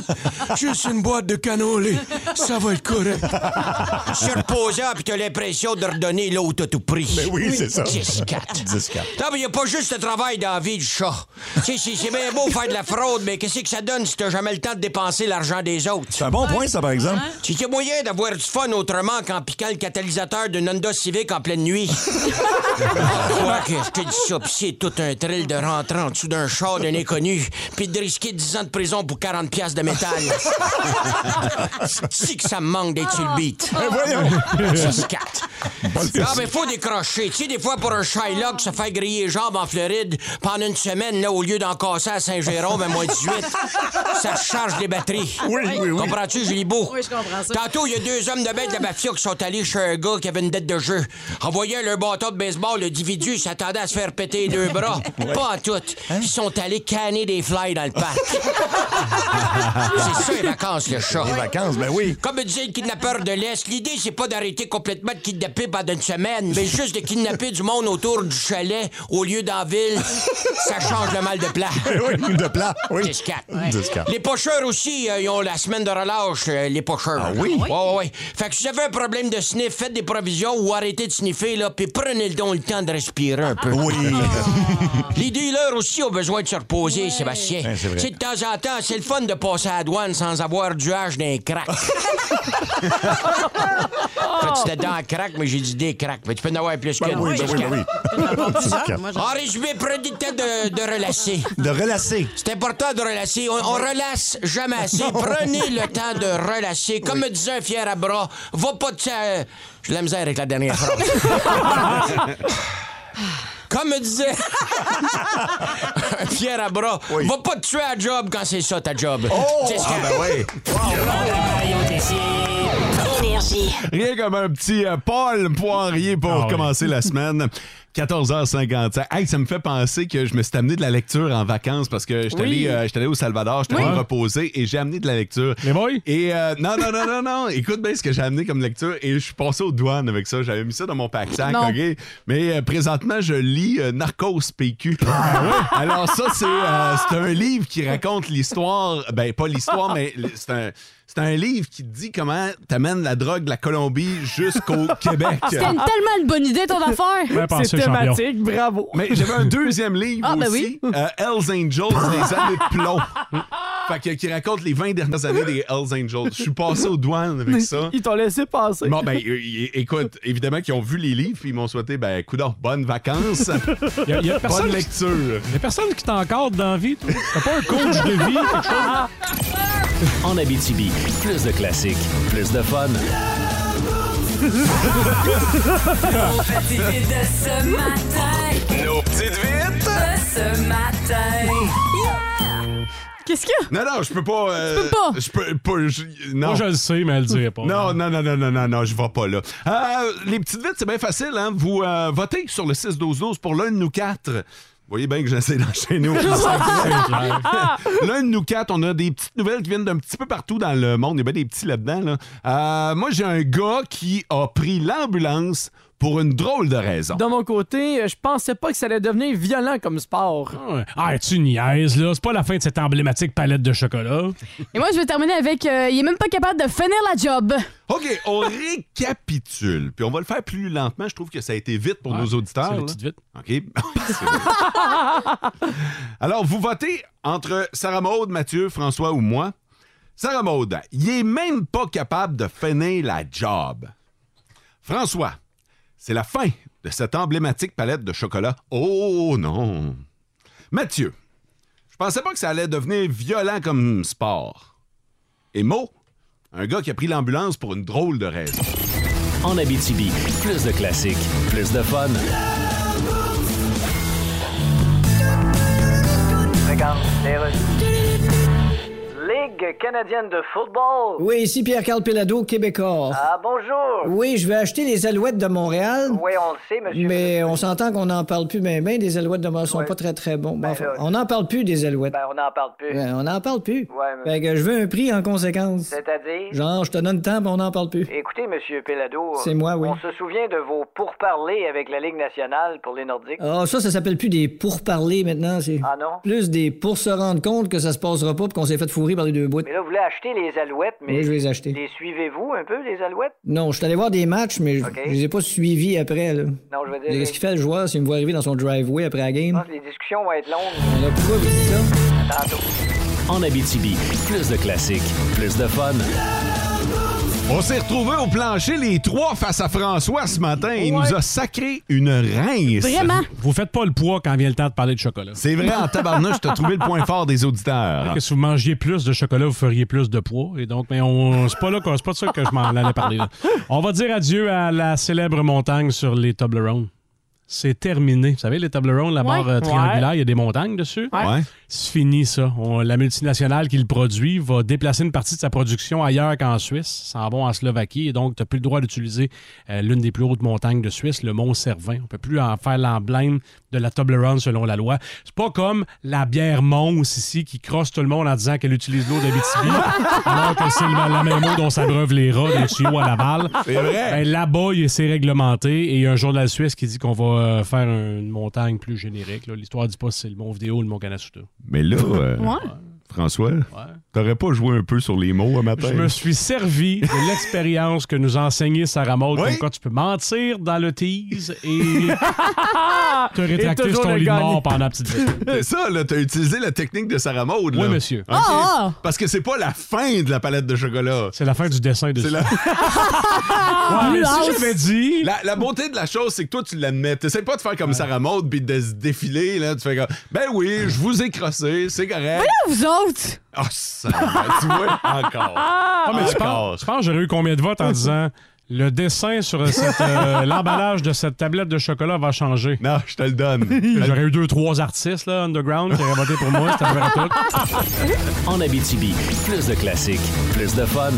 S12: Juste une boîte de cannoli. Ça va être correct.
S14: Sur reposant, puis t'as l'impression de redonner l'autre à tout prix.
S12: Ben oui, c'est ça.
S14: 10-4. Non, mais il a pas juste le travail dans la vie du chat. Tu sais, c'est c'est bien beau faire de la fraude, mais qu'est-ce que ça donne si t'as jamais le temps de dépenser l'argent des autres? C'est
S13: un bon point, ça, par exemple.
S14: Tu sais, y a moyen d'avoir du fun autrement qu'en piquant le catalyseur d'une Honda Civic en pleine nuit. Quoi que je te dis ça, pis c'est tout un thrill de rentrer en dessous d'un char d'un inconnu, puis de risquer 10 ans de prison pour 40 piastres de métal. Si que ça me manque d'être sur le beat.
S8: Ben voyons.
S14: 10-4. Ah. Non, mais faut décrocher. Tu sais, des fois, pour un Shylock, se faire griller les jambes en Floride pendant une semaine, là, au lieu d'en casser à Saint-Jérôme à moins 18, ça charge les batteries.
S8: Oui, oui, oui.
S14: Comprends-tu, Gilibot?
S11: Oui, je comprends ça.
S14: Tantôt, il y a deux hommes de bête de la mafia qui sont allés chez un gars qui avait une dette de jeu. En voyant leur bâton de baseball, l'individu s'attendait à se faire péter les deux bras.
S8: Ouais.
S14: Pas en tout. Ils sont allés canner des fly dans le parc. C'est ça, les vacances, le chat.
S13: Les vacances, ben oui.
S14: Comme me disait le kidnappeur de l'Est, l'idée, c'est pas d'arrêter complètement de kidnapper pendant une semaine, mais juste de kidnapper du monde autour du chalet au lieu d'en ville. Ça change le mal de plat.
S13: Oui, de plat, oui.
S14: 10-4.
S13: Ouais. 10-4.
S14: Les pocheurs aussi, euh, ils ont la semaine de relâche, euh, les pocheurs. Ah
S13: oui?
S14: Ouais, ouais, ouais. Fait que si vous avez un problème de sniff, faites des provisions ou arrêtez de sniffer, là, puis prenez le don le temps de respirer un peu.
S13: Oui.
S14: les dealers aussi ont besoin de se reposer, Sébastien.
S13: Ouais, c'est vrai.
S14: Tu sais, de temps en temps, c'est le fun de passer à la douane sans avoir du hache d'un crack. Quand tu étais dans un crack, mais j'ai dit des cracks. Mais tu peux en avoir plus
S13: Ben
S14: qu'une.
S13: oui, ben oui, ben oui.
S14: Jusqu'à- en résumé, prenez le temps de, de relâcher.
S13: De relâcher.
S14: C'est important de relâcher. On, on relâche jamais assez.
S13: Non.
S14: Prenez le temps de relâcher. Comme me disait un fier à bras, va pas te... euh, J'ai de la misère avec la dernière phrase. Comme me disait un fier à bras, va pas te tuer à job quand c'est ça ta job.
S8: Oh!
S14: C'est ce
S8: Ah,
S14: que-
S8: ben oui. Énergie.
S3: Rien comme un petit euh, Paul Poirier pour
S13: Ah
S3: commencer la semaine. 14h55. Hey, ça me fait penser que je me suis amené de la lecture en vacances parce que j'étais allé,
S5: Oui.
S3: euh, j'étais allé au Salvador, j'étais
S5: Oui.
S3: allé me reposer et j'ai amené de la lecture. Les boys? Et euh, non, non, non, non, non. Écoute bien ce que j'ai amené comme lecture et je suis passé aux douanes avec ça. J'avais mis ça dans mon pack-sac,
S8: Non.
S3: OK? Mais euh, présentement, je lis euh, Narcos PQ. Alors ça, c'est euh, c'est un livre qui raconte l'histoire, ben pas l'histoire, mais l- c'est un... C'est un livre qui dit comment t'amènes la drogue de la Colombie jusqu'au Québec.
S6: C'était une- tellement une bonne idée, ton affaire.
S3: Bien pensé, C'est thématique,
S4: bravo.
S3: Mais j'avais un deuxième livre
S6: Ah, ben
S3: aussi,
S6: oui.
S3: euh, Hells Angels, les années de plomb. fait que, qui raconte les 20 dernières années des Hells Angels. Je suis passé aux douanes avec ça.
S4: Ils t'ont laissé passer.
S3: Bon, ben, euh, y- écoute, évidemment qu'ils ont vu les livres puis ils m'ont souhaité, ben, coudons, bonnes vacances.
S5: Y a- y a personne
S3: bonne
S5: qui-
S3: lecture.
S5: Il y a personne qui t'encadre dans la vie, toi. T'as pas un coach de vie, quelque chose.
S2: En Abitibi, plus de classiques, plus de fun.
S8: Nos petites vites de ce matin.
S2: Nos petites vites
S8: de ce matin.
S6: Qu'est-ce qu'il
S3: y a? Non, non, je peux pas. euh,
S8: Tu peux pas.
S3: Je peux pas. je- non.
S5: Moi, je le sais, mais elle le dirait pas.
S3: Non, non, non, non, non, non, non, je vais pas là. Euh, les petites vites, c'est bien facile, hein? Vous euh, votez sur le 6-12-12 pour l'un de nous quatre. Vous voyez bien que j'essaie d'enchaîner au L'un de nous quatre, on a des petites nouvelles qui viennent d'un petit peu partout dans le monde. Il y a bien des petits là-dedans. là. Euh, moi, j'ai un gars qui a pris l'ambulance pour une drôle de raison.
S4: De mon côté, euh, je pensais pas que ça allait devenir violent comme sport.
S5: Ah, tu niaises, là. C'est pas la fin de cette emblématique palette de chocolat.
S6: Et moi, je vais terminer avec euh, il est même pas capable de finir la job.
S3: OK, on récapitule. Puis on va le faire plus lentement. Je trouve que ça a été vite pour nos auditeurs.
S5: c'est les
S3: là.
S5: petites vites.
S3: OK. Alors, vous votez entre Sarah Maude, Mathieu, François ou moi. Sarah Maude, il est même pas capable de finir la job. François, c'est la fin de cette emblématique palette de chocolat. Oh non. Mathieu, je pensais pas que ça allait devenir violent comme sport. Et Mo, un gars qui a pris l'ambulance pour une drôle de raison.
S2: en Abitibi. Plus de classiques, plus de fun.
S11: Ligue canadienne de football.
S9: Oui, ici Pierre-Carl Pelado, Québécois.
S11: Ah, bonjour.
S9: Oui, je vais acheter les alouettes de Montréal.
S11: Oui, on le sait, monsieur.
S9: Mais on s'entend qu'on n'en parle plus, mais ben, des alouettes de Montréal sont pas très très bons. Bon, enfin, on n'en parle plus des alouettes.
S11: Ben, on n'en parle plus.
S9: Ben, on n'en parle plus.
S11: Ouais, mais-
S9: Fait que je veux un prix en conséquence.
S11: C'est-à-dire?
S9: Genre, je te donne le temps, mais on n'en parle plus.
S11: Écoutez, monsieur Pelado.
S9: C'est moi, oui.
S11: On se souvient de vos pourparlers avec la Ligue nationale pour les Nordiques.
S9: Ah, ça, ça s'appelle plus des pourparlers maintenant. C'est
S11: Ah non?
S9: plus des pour se rendre compte que ça se passera pas puis qu'on s'est fait fourrer par les deux bouts.
S11: Mais là, vous voulez acheter les alouettes, mais.
S9: Oui, je vais les acheter.
S11: Les suivez-vous un peu, les alouettes?
S9: Non, je suis allé voir des matchs, mais je-
S11: Ok.
S9: je les ai pas suivis après. Là.
S11: Non, je veux dire. Ah,
S9: Qu'est-ce qu'il fait le joueur s'il me voit arriver dans son driveway après la game?
S11: Les discussions vont être longues.
S9: Alors pourquoi vous dites ça?
S2: En Abitibi, plus de classiques, plus de fun.
S3: On s'est retrouvés au plancher, les trois, face à François ce matin. Il nous a sacré une rince.
S5: Vraiment? Vous faites pas le poids quand vient le temps de parler de chocolat.
S3: C'est vrai, en tabarnouche, t'as trouvé le point fort des auditeurs.
S5: Que si vous mangiez plus de chocolat, vous feriez plus de poids. Et donc, mais on, c'est pas là, qu'on- c'est pas de ça que je m'en allais parler. là. On va dire adieu à la célèbre montagne sur les Toblerones. C'est terminé. Vous savez, les Toblerones, la
S4: Ouais.
S5: barre euh, triangulaire,
S4: Ouais.
S5: il y a des montagnes dessus.
S4: Ouais.
S5: C'est fini, ça. On- la multinationale qui le produit va déplacer une partie de sa production ailleurs qu'en Suisse, s'en vont en Slovaquie. Et donc, tu n'as plus le droit d'utiliser euh, l'une des plus hautes montagnes de Suisse, le Mont Cervin. On peut plus en faire l'emblème de la Toblerone selon la loi. C'est pas comme la bière Mons ici qui crosse tout le monde en disant qu'elle utilise l'eau d'Abitibi, alors que c'est la, la même eau dont s'abreuvent les rats des tuyaux à Laval.
S3: C'est vrai.
S5: Ben, Là-bas, il- c'est réglementé et il y a un journal suisse qui dit qu'on va euh, faire une montagne plus générique. là. L'histoire dit pas si c'est le Mont Vidéo ou le Mont Kanasuta.
S3: Mais là, euh,
S5: Ouais.
S3: François, t'aurais pas joué un peu sur les mots à matin?
S5: Je me suis servi de l'expérience que nous enseignait Sarah Maud,
S3: Oui.
S5: comme quoi tu peux mentir dans le tease et te rétracter
S3: Et
S5: sur
S3: toujours
S5: ton
S3: le
S5: lit de
S3: gagner.
S5: mort pendant la petite visite.
S3: C'est ça, là, t'as utilisé la technique de Sarah Maud.
S5: Oui,
S3: là.
S5: monsieur.
S3: OK.
S5: Ah,
S3: Parce que c'est pas la fin de la palette de chocolat.
S5: C'est la fin du dessin de
S3: la...
S5: Ouais, mais si j'avais dit...
S3: La, la beauté de la chose, c'est que toi, tu l'admets. T'essaies pas de faire comme Sarah Maud puis de se défiler. Là. Tu fais comme, ben oui, je vous ai crossé, c'est correct.
S6: vous autres!
S3: Ah, ça, va, tu vois, encore.
S5: Ah, mais tu
S3: Encore.
S5: penses, tu penses que j'aurais eu combien de votes en disant le dessin sur cette, euh, l'emballage de cette tablette de chocolat va changer?
S3: Non, je te le donne.
S5: J'aurais eu deux, trois artistes là, underground qui auraient voté pour moi, c'était ouvert à tout.
S2: En Abitibi, plus de classiques, plus de fun.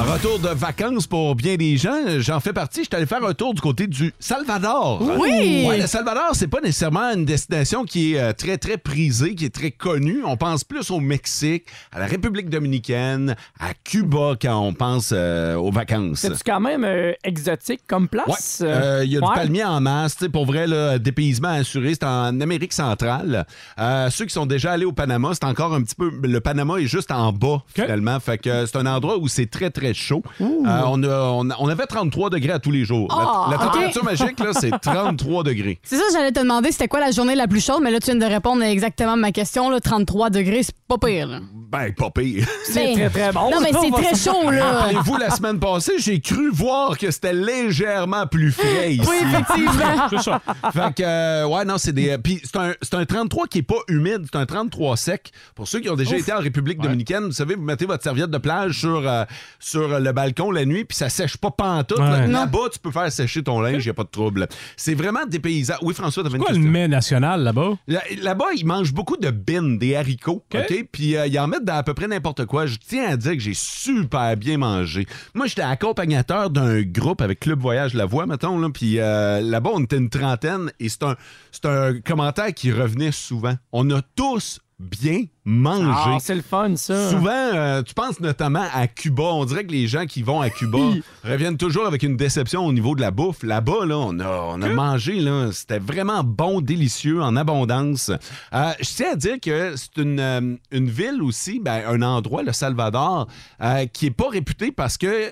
S3: Retour de vacances pour bien des gens. J'en fais partie. Je suis allé faire un tour du côté du Salvador.
S8: Oui!
S3: Ouais, le Salvador, c'est pas nécessairement une destination qui est euh, très, très prisée, qui est très connue. On pense plus au Mexique, à la République dominicaine, à Cuba quand on pense euh, aux vacances.
S4: C'est quand même euh, exotique comme place.
S3: Ouais. Euh, Il y a
S4: Ouais.
S3: du palmier en masse. Tu sais, Pour vrai, là, dépaysement assuré, c'est en Amérique centrale. Euh, ceux qui sont déjà allés au Panama, c'est encore un petit peu... Le Panama est juste en bas, finalement. Fait que c'est un endroit où c'est très, très chaud. Euh, on, a- on a- on avait 33 degrés à tous les jours.
S6: Ah,
S3: la, la
S6: ok.
S3: température magique, là, c'est 33 degrés.
S6: C'est ça, j'allais te demander c'était quoi la journée la plus chaude, mais là, tu viens de répondre à exactement ma question. Là, 33 degrés, c'est pas pire. là.
S3: Ben, pas pire.
S6: C'est Ben, très, très bon. non, mais c'est très chaud, là.
S3: Rappelez-vous, la semaine passée, j'ai cru voir que c'était légèrement plus frais ici.
S8: Oui, effectivement. C'est ça.
S3: Fait que, euh, ouais, non, c'est des. Puis c'est un, c'est un 33 qui est pas humide, c'est un 33 sec. Pour ceux qui ont déjà
S8: Ouf.
S3: été en République dominicaine, vous savez, vous mettez votre serviette de plage sur, euh, sur le balcon la nuit, puis ça sèche pas pantoute.
S5: Ouais.
S3: Là-
S5: Non.
S3: Là-bas, tu peux faire sécher ton linge, y a pas de trouble. C'est vraiment des paysans. Oui, François, t'avais une
S5: Quoi,
S3: question?
S5: le mets national là-bas?
S3: Là- Là-bas, ils mangent beaucoup de bines, des haricots, OK? Puis euh, ils en mettent dans à peu près n'importe quoi. Je tiens à dire que j'ai super bien mangé. Moi, j'étais accompagnateur d'un groupe avec Club Voyage La Voix, mettons, là. Puis euh, là-bas, on était une trentaine et c'est un, c'est un commentaire qui revenait souvent. On a tous bien mangé.
S4: Ah, c'est le fun, ça.
S3: Souvent, euh, tu penses notamment à Cuba. On dirait que les gens qui vont à Cuba reviennent toujours avec une déception au niveau de la bouffe. Là-bas, là, on a, on a mangé. là. C'était vraiment bon, délicieux, en abondance. Euh, je tiens à dire que c'est une, euh, une ville aussi, ben, un endroit, le Salvador, euh, qui est pas réputé parce que euh,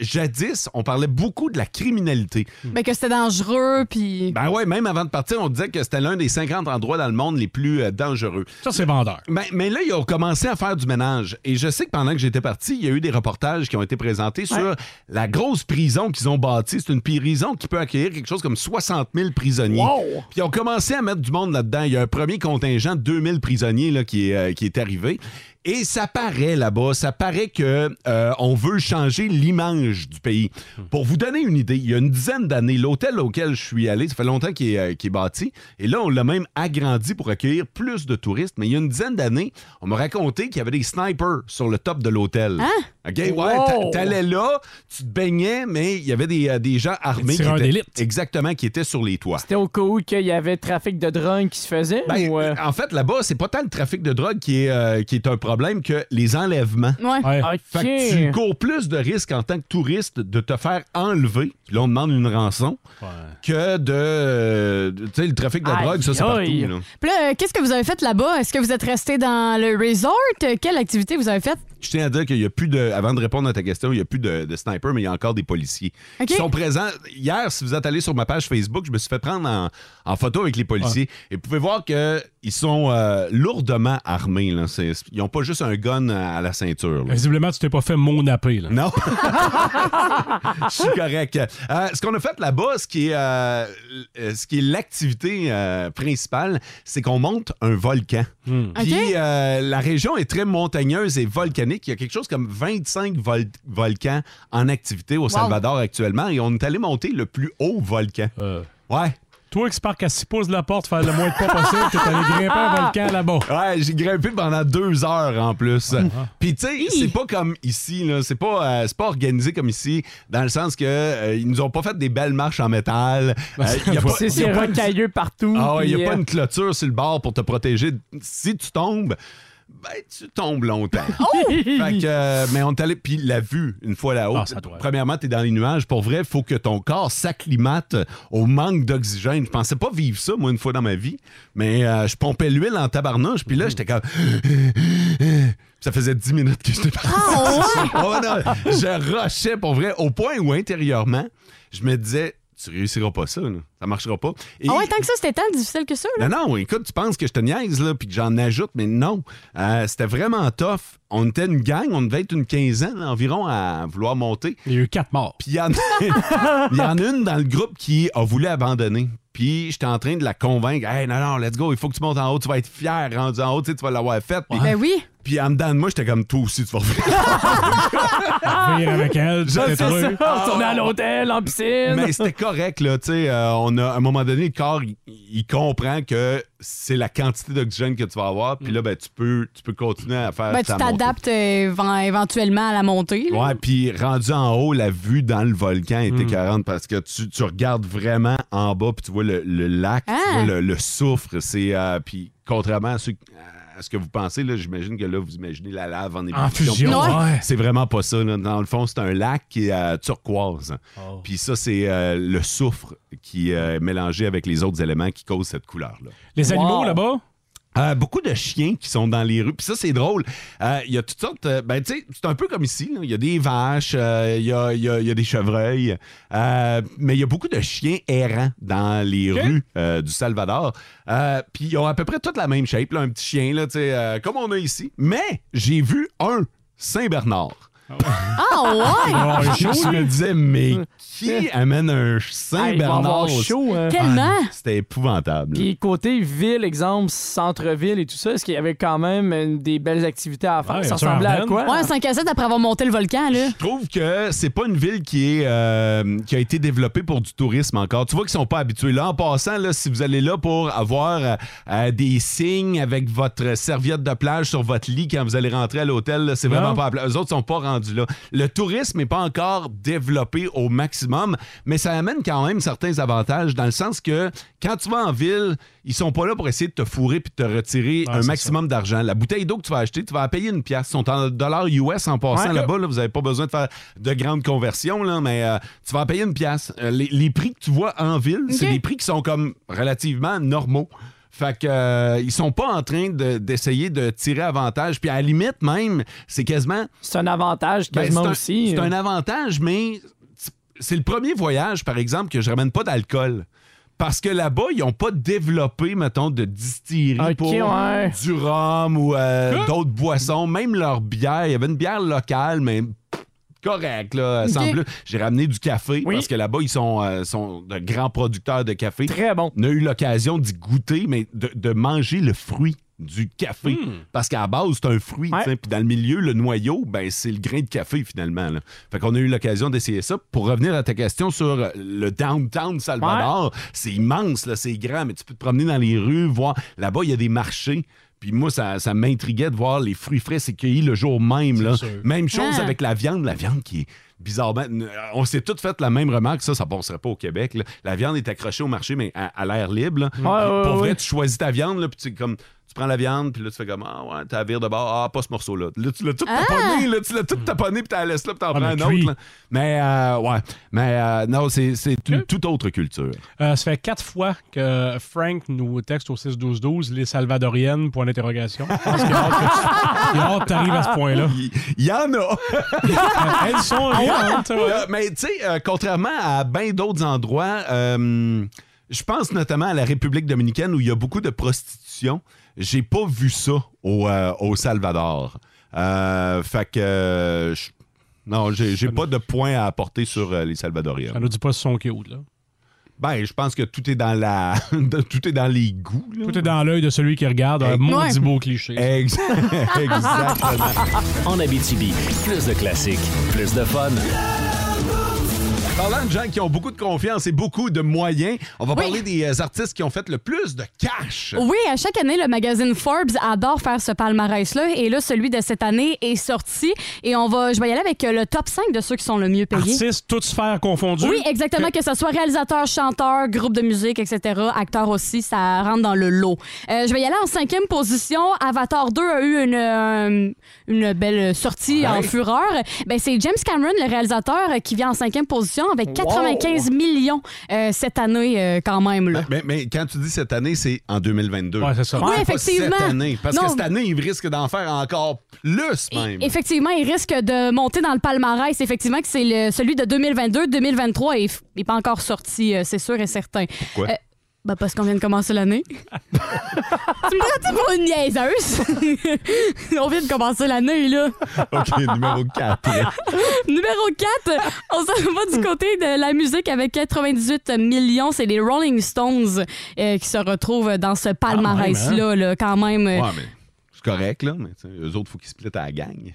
S3: jadis, on parlait beaucoup de la criminalité.
S6: Ben, que c'était dangereux, puis.
S3: Ben ouais, même avant de partir, on disait que c'était l'un des 50 endroits dans le monde les plus euh, dangereux.
S5: Ça, c'est vendeur.
S3: Mais, mais là, ils ont commencé à faire du ménage. Et je sais que pendant que j'étais parti, il y a eu des reportages qui ont été présentés sur la grosse prison qu'ils ont bâtie. C'est une prison qui peut accueillir quelque chose comme 60 000 prisonniers.
S8: Wow!
S3: Puis ils ont commencé à mettre du monde là-dedans. Il y a un premier contingent de 2000 prisonniers là, qui, est, euh, qui est arrivé. Et ça paraît là-bas, ça paraît que euh, on veut changer l'image du pays. Pour vous donner une idée, il y a une dizaine d'années, l'hôtel auquel je suis allé, ça fait longtemps qu'il est, euh, qu'il est bâti, et là, on l'a même agrandi pour accueillir plus de touristes. Mais il y a une dizaine d'années, on m'a raconté qu'il y avait des snipers sur le top de l'hôtel.
S6: Hein?
S3: OK, ouais, t'a- t'allais là, tu te baignais, mais il y avait des, euh, des gens armés. qui
S4: tireurs
S3: étaient-
S4: d'élite.
S3: Exactement, qui étaient sur les toits.
S4: C'était au cas où qu'il y avait trafic de drogue qui se faisait?
S3: Ben,
S4: ou, euh,
S3: En fait, là-bas, c'est pas tant le trafic de drogue qui est, euh, qui est un problème que les enlèvements.
S6: Ouais. Ouais. Ok.
S3: Fait que tu cours plus de risques en tant que touriste de te faire enlever, puis là, on demande une rançon, que de. euh, tu sais, le trafic de
S6: Aïe,
S3: drogue, ça, c'est partout.
S6: aïe.
S3: là.
S6: Puis là, euh, qu'est-ce que vous avez fait là-bas? Est-ce que vous êtes resté dans le resort? Euh, Quelle activité vous avez faite? Ah
S3: Je tiens à dire qu'il n'y a plus de. Avant de répondre à ta question, il n'y a plus de, de snipers, mais il y a encore des policiers.
S6: OK.
S3: Ils sont présents. Hier, si vous êtes allé sur ma page Facebook, je me suis fait prendre en, en photo avec les policiers. Et vous pouvez voir qu'ils sont euh, lourdement armés. Là. C'est- ils n'ont pas juste un gun à, à la ceinture. là.
S5: Visiblement, tu t'es pas fait monapper, là.
S3: Non. Je suis correct. Euh, ce qu'on a fait là-bas, ce qui est, euh, euh, ce qui est l'activité euh, principale, c'est qu'on monte un volcan.
S5: Hmm.
S3: Puis euh, la région est très montagneuse et volcanique. Il y a quelque chose comme 25 vol- volcans en activité au Salvador actuellement et on est allé monter le plus haut volcan. Ouais.
S5: Euh. Toi qui se parques à 6 pouces de la porte, faire le moins de pas possible, t'es allé grimper un volcan là-bas. Ah.
S3: Ouais, j'ai grimpé pendant deux heures en plus. Puis tu sais, c'est pas comme ici, là. C'est pas, euh, c'est pas organisé comme ici, dans le sens que euh, ils nous ont pas fait des belles marches en métal. Euh, y a pas-
S4: c'est
S3: y
S4: c'est
S3: a pas une-
S4: rocailleux partout.
S3: Ah ouais, il n'y
S4: puis,
S3: a pas
S4: euh,
S3: une clôture sur le bord pour te protéger. Si tu tombes, ben tu tombes longtemps. Fait que, euh, mais on est allé, puis la vue, une fois là-haut,
S5: Ah, ça doit être.
S3: premièrement, tu es dans les nuages. Pour vrai, il faut que ton corps s'acclimate au manque d'oxygène. Je pensais pas vivre ça, moi, une fois dans ma vie, mais euh, je pompais l'huile en tabarnouche, puis là, j'étais comme... Ça faisait 10 minutes que j'étais parti. Oh, non, je rushais pour vrai, au point où intérieurement, je me disais, tu réussiras pas ça, là. ça marchera pas. Et-
S6: Ah ouais, tant que ça, c'était tant difficile que ça. Là.
S3: non, non, écoute, tu penses que je te niaise, là, puis que j'en ajoute, mais non. Euh, c'était vraiment tough. On était une gang, on devait être une quinzaine environ à vouloir monter.
S5: Il y a eu quatre morts.
S3: Puis il y en a, il y en a une dans le groupe qui a voulu abandonner. Puis j'étais en train de la convaincre. Hey, non, non, let's go, il faut que tu montes en haut, tu vas être fier rendu en haut, tu, sais, tu vas l'avoir faite. Puis-
S6: Ben oui.
S3: Puis en dedans de moi, j'étais comme toi aussi, tu vas
S8: Ah!
S5: Venir avec elle,
S3: Je sais
S5: t'es
S3: ça.
S5: heureux.
S4: Ah, on est à l'hôtel, en piscine.
S3: Mais c'était correct, là. Tu sais, euh, on a, à un moment donné, le corps, il, il comprend que c'est la quantité d'oxygène que tu vas avoir. Puis là, ben, tu peux, tu peux continuer à faire
S6: Ben,
S3: ta
S6: tu
S3: montée.
S6: t'adaptes euh, évent- éventuellement à la montée. là.
S3: Ouais, puis rendu en haut, la vue dans le volcan
S4: Hmm.
S3: est écœurante parce que tu, tu regardes vraiment en bas, puis tu vois le, le lac, tu
S6: Ah.
S3: vois le, le soufre. C'est, euh, puis contrairement à, ceux- à ce que vous pensez, là, j'imagine que là, vous imaginez la lave en ébullition.
S5: fusion, Ouais. ouais.
S3: C'est vraiment pas ça. là. Dans le fond, c'est un lac qui est euh, turquoise.
S5: Oh.
S3: Puis ça, c'est euh, le soufre qui euh, est mélangé avec les autres éléments qui causent cette couleur-là.
S5: Les animaux là-bas?
S3: Euh, beaucoup de chiens qui sont dans les rues. Puis ça, c'est drôle. Euh, Il y a toutes sortes. euh, ben, tu sais, c'est un peu comme ici. là. Il y a des vaches, euh, il y, a, il y a- il y a des chevreuils. Euh, mais il y a beaucoup de chiens errants dans les rues euh, du Salvador. Euh, Puis ils ont à peu près toute la même shape. là. un petit chien, là, tu sais, euh, comme on a ici. Mais j'ai vu un Saint-Bernard.
S6: Ah ouais!
S3: Je me disais, mais qui amène un
S4: Euh. il va avoir
S3: Saint-Bernard? au-
S4: chaud, hein.
S6: Tellement.
S3: Ah, C'était épouvantable.
S4: Puis côté ville, exemple, centre-ville et tout ça, est-ce qu'il y avait quand même euh, des belles activités à faire?
S3: Ouais,
S4: ça
S3: sur
S4: ressemblait à
S3: Ardennes.
S4: quoi?
S6: Ouais, 5 à 7 après avoir monté le volcan, là.
S3: Je trouve que c'est pas une ville qui est euh, qui a été développée pour du tourisme encore. Tu vois qu'ils sont pas habitués. Là, en passant, là, si vous allez là pour avoir euh, euh, des signes avec votre serviette de plage sur votre lit quand vous allez rentrer à l'hôtel, là, c'est vraiment
S5: Non.
S3: pas à pla- Eux autres sont pas rendus là. Le tourisme n'est pas encore développé au maximum, mais ça amène quand même certains avantages dans le sens que quand tu vas en ville, ils sont pas là pour essayer de te fourrer puis de te retirer un maximum d'argent. La bouteille d'eau que tu vas acheter, tu vas la payer une pièce. Ils sont en dollars US en passant
S5: Ouais.
S3: là-bas. Là, vous n'avez pas besoin de faire de grandes conversions, là, mais euh, tu vas en payer une pièce. Euh, les, les prix que tu vois en ville, c'est
S5: Ok.
S3: des prix qui sont comme relativement normaux. Fait que euh, ils sont pas en train de- d'essayer de, tirer avantage. Puis à la limite même, c'est quasiment. Ben,
S4: C'est un avantage quasiment aussi. euh.
S3: C'est un avantage, mais c'est le premier voyage, par exemple, que je ramène pas d'alcool. Parce que là-bas, ils n'ont pas développé, mettons, de distillerie
S4: Ok,
S3: pour
S4: ouais.
S3: du rhum ou euh, d'autres boissons, même leur bière. Il y avait une bière locale, mais correct, là,
S4: Ok.
S3: sans plus. J'ai ramené du café parce que là-bas, ils sont, euh, sont de grands producteurs de café. Très
S4: bon.
S3: On a eu l'occasion d'y goûter, mais de, de manger le fruit du café. Parce qu'à la base, c'est un fruit. tu sais. Puis dans le milieu, le noyau, ben, c'est le grain de café finalement. là. Fait qu'on a eu l'occasion d'essayer ça. Pour revenir à ta question sur euh, le downtown Salvador, c'est immense, là, c'est grand, mais tu peux te promener dans les rues, voir. Là-bas, il y a des marchés. Puis moi, ça, ça m'intriguait de voir les fruits frais s'écueillis le jour même. là. Même chose
S15: Ah.
S3: avec la viande. La viande qui est bizarrement... On s'est toutes fait la même remarque. Ça, ça passerait pas au Québec. là. La viande est accrochée au marché, mais à, à l'air libre. là.
S4: Ouais,
S3: Pour
S4: ouais,
S3: vrai,
S4: ouais.
S3: tu choisis ta viande, là, puis tu, comme, tu prends la viande, puis là, tu fais comme, ah ouais, t'as vire de bord, ah, pas ce morceau-là. Là, tu l'as tout
S15: Ah!
S3: taponné, là, tu l'as tout taponné, puis t'as la laisses là, puis t'en prends
S5: Ah, mais
S3: un
S5: cuit.
S3: autre. là. Mais, euh, ouais, mais euh, non, c'est c'est une toute autre culture.
S5: Euh, ça fait quatre fois que Frank nous texte au 6-12-12 les Salvadoriennes, point d'interrogation. Je pense qu'il a hâte que tu- Ah, il a hâte que t'arrives à ce point-là.
S3: Il il y en a.
S5: Elles sont riantes, ouais.
S3: Euh, Mais tu sais, euh, contrairement à bien d'autres endroits, euh, je pense notamment à la République dominicaine où il y a beaucoup de prostitution. J'ai pas vu ça au, euh, au Salvador. Euh, fait que. euh, je- non, j'ai j'ai pas de point à apporter sur euh, les Salvadoriens.
S5: Ça nous dit pas si sont cute, là.
S3: Ben, je pense que tout est dans la, tout est dans les goûts. là.
S5: Tout est dans l'œil de celui qui regarde. Un
S3: Ouais.
S5: maudit beau cliché.
S3: Ex- Exactement.
S2: En Abitibi, plus de classiques, plus de fun.
S3: Parlant de gens qui ont beaucoup de confiance et beaucoup de moyens, on va parler des euh, artistes qui ont fait le plus de cash.
S6: Oui, à chaque année, le magazine Forbes adore faire ce palmarès-là. Et là, celui de cette année est sorti. Et on va, je vais y aller avec euh, le top 5 de ceux qui sont le mieux payés.
S5: Artistes, toutes sphères confondues.
S6: Oui, exactement, que ce soit réalisateur, chanteur, groupe de musique, etc., acteur aussi, ça rentre dans le lot. Euh, je vais y aller en cinquième position. Avatar 2 a eu une, euh, une belle sortie en fureur. Ben, c'est James Cameron, le réalisateur, euh, qui vient en cinquième position avec 95 millions euh, cette année euh, quand même. Là.
S3: Mais, mais quand tu dis cette année, c'est en 2022.
S5: Ouais, c'est ça.
S6: Oui,
S3: Pas
S6: effectivement.
S3: Cette année, parce que
S6: Non.
S3: cette année, ils risquent d'en faire encore plus même.
S6: Effectivement, il risque de monter dans le palmarès. Effectivement, que c'est le- celui de 2022. 2023 n'est pas encore sorti, euh, c'est sûr et certain.
S3: Pourquoi?
S6: ben parce qu'on vient de commencer l'année. tu me prends-tu pour une niaiseuse? On vient de commencer l'année, là.
S3: OK, numéro 4.
S6: Numéro 4, on s'en va du côté de la musique avec 98 millions. C'est les Rolling Stones euh, qui se retrouvent dans
S3: Ah,
S6: ce palmarès-là, là, quand même.
S3: hein? Ouais, mais c'est correct, là. Mais tu sais, eux autres, il faut qu'ils splitent à la gang.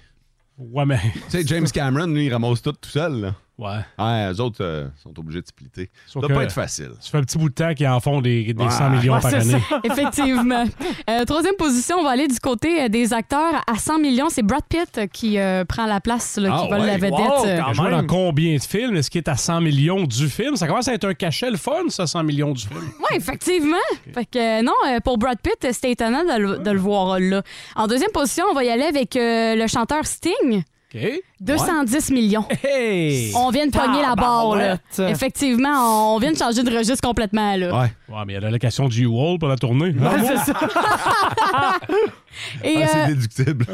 S5: Ouais, mais.
S3: Tu sais, James Cameron, lui, il ramasse tout tout seul, là.
S5: Ouais.
S3: Ouais, eux autres euh, sont obligés de splitter. Ça
S5: Sauf
S3: doit
S5: que
S3: pas être facile.
S5: Ça fait un petit bout de temps qu'ils en font des, des
S3: Ouais.
S5: 100 millions
S3: Ouais,
S5: par
S3: c'est ça.
S5: année.
S6: Effectivement. Euh, troisième position, on va aller du côté euh, des acteurs à 100 millions. C'est Brad Pitt euh, qui euh, prend la place, là,
S3: Ah
S5: Ah
S6: qui vole la vedette. euh.
S5: Il a joué dans combien de films? Est-ce qu'il est à 100 millions du film? Ça commence à être un cachet le fun, ça, 100 millions du film.
S6: Ouais, effectivement. Fait que euh, non, euh, pour Brad Pitt, euh, c'était étonnant de le, de le voir euh, là. En deuxième position, on va y aller avec euh, le chanteur Sting.
S5: OK.
S6: 210 millions. On vient de pogner la barre, là.
S5: Tabarouette.
S6: Effectivement, on, on vient de changer de registre complètement, là.
S5: Ouais, mais il y a l'allocation du U-Haul pour la tournée. Ah
S6: c'est ça. Et, euh,
S3: déductible.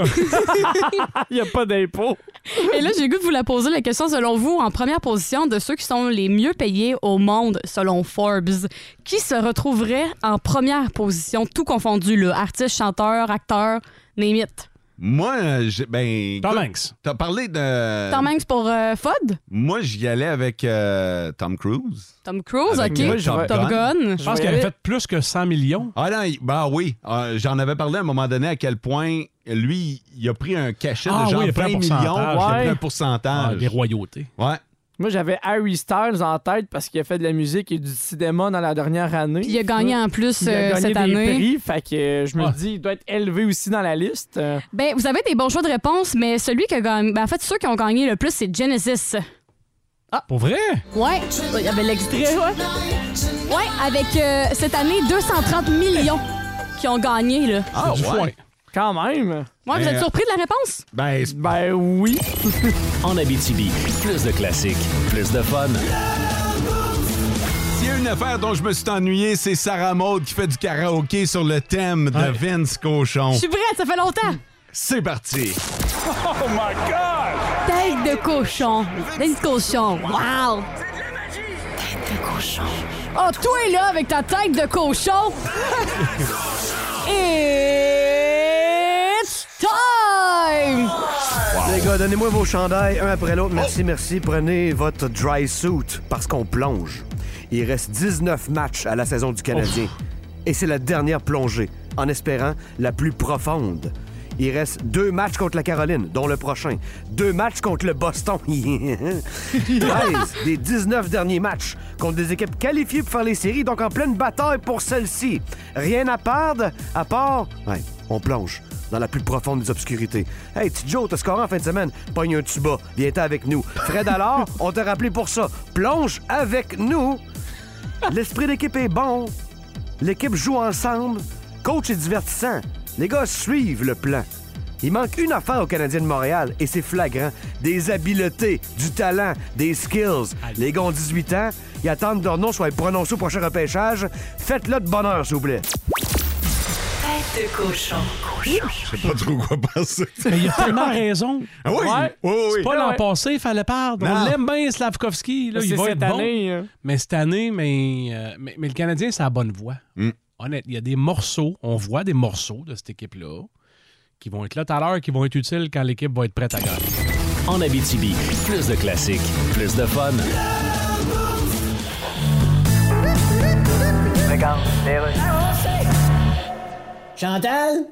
S4: Il n'y a pas d'impôt.
S6: Et là, j'ai le goût de vous la poser la question selon vous, en première position, de ceux qui sont les mieux payés au monde selon Forbes. Qui se retrouverait en première position, tout confondu, là? Artiste, chanteur, acteur, name it.
S3: Moi, euh, j'ai. Ben,
S5: Tom
S3: écoute,
S5: Hanks.
S3: T'as parlé de.
S6: Tom Hanks pour euh, Fod?
S3: Moi, j'y allais avec euh, Tom Cruise.
S6: Tom Cruise,
S3: Avec,
S6: OK.
S3: euh,
S6: Top,
S3: Top
S6: Gun.
S3: Gun.
S5: Je pense qu'il avait fait plus que 100 millions.
S3: Ah non, il- ben oui, Euh, j'en avais parlé à un moment donné à quel point lui, il a pris un cachet
S5: Ah
S3: de genre
S5: oui, il a pris
S3: 20
S5: un
S3: millions,
S5: pourcentage.
S3: il a pris
S4: Ouais.
S3: un pourcentage.
S5: Ouais, des royautés.
S3: Ouais.
S4: Moi, j'avais Harry Styles en tête parce qu'il a fait de la musique et du cinéma dans la dernière année.
S6: Puis il a gagné en plus,
S4: Il a
S6: euh,
S4: gagné
S6: cette
S4: des
S6: année.
S4: prix, fait que euh, je me
S6: Ouais.
S4: dis, il doit être élevé aussi dans la liste. Euh,
S6: Ben, vous avez des bons choix de réponse, mais celui qui a gagné... Ben, en fait, ceux qui ont gagné le plus, c'est Genesis.
S5: Pour vrai?
S6: Ouais, il y avait l'extrait, ouais. Ouais, avec euh, cette année 230 millions qui ont gagné, là.
S3: Ah ouais.
S4: Quand même.
S6: Ouais, vous
S2: Mais,
S6: êtes
S2: euh,
S6: surpris de la réponse?
S3: Ben,
S4: ben oui.
S2: en Abitibi, plus de classiques, plus de fun.
S3: S'il y a une affaire dont je me suis ennuyé, c'est Sarah Maud qui fait du karaoké sur le thème de Vince Cochon.
S6: Je suis prête, ça fait longtemps.
S3: C'est parti.
S8: Oh my God!
S6: Tête de cochon. Tête de cochon. Wow! Tête de cochon. Oh, toi, là, avec ta tête de cochon. It's time!
S16: Les gars, donnez-moi vos chandails un après l'autre. Merci, merci. Prenez votre dry suit parce qu'on plonge. Il reste 19 matchs à la saison du Canadien. Et c'est la dernière plongée. en espérant la plus profonde. Il reste deux matchs contre la Caroline, dont le prochain. Deux matchs contre le Boston. 13 des 19 derniers matchs contre des équipes qualifiées pour faire les séries, donc en pleine bataille pour celle-ci. Rien à perdre, à part... Ouais, on plonge dans la plus profonde des obscurités. Hey, petit Joe, t'as scoré en fin de semaine. Pogne un tuba. Viens t'en avec nous. Fred alors, on t'a rappelé pour ça. Plonge avec nous. L'esprit d'équipe est bon. L'équipe joue ensemble. Coach est divertissant. Les gars suivent le plan. Il manque une affaire aux Canadiens de Montréal et c'est flagrant. Des habiletés, du talent, des skills. Les gars ont 18 ans. Ils attendent que leur nom soit prononcé au prochain repêchage. Faites-le de bonheur, s'il vous plaît.
S8: Tête de cochon.
S3: Je sais pas trop quoi penser.
S5: Mais il a tellement raison.
S3: Ah oui?
S5: Ouais.
S3: Oui, oui,
S5: C'est
S3: oui.
S5: pas l'an
S3: Ouais.
S5: passé, il fallait perdre.
S3: Non.
S4: Ah.
S5: On l'aime bien, Slavkovski. Là,
S3: Mais
S5: il
S3: c'est
S5: va
S3: cette
S5: être bon.
S3: année, hein.
S5: Mais cette année, mais, euh, mais, mais le Canadien, c'est la bonne voie.
S3: Mm.
S5: Honnête, il y a des morceaux, on voit des morceaux de cette équipe-là qui vont être là tout à l'heure, qui vont être utiles quand l'équipe va être prête à gagner.
S2: En Abitibi, plus de classiques, plus de fun.
S11: Regarde,
S15: Chantal?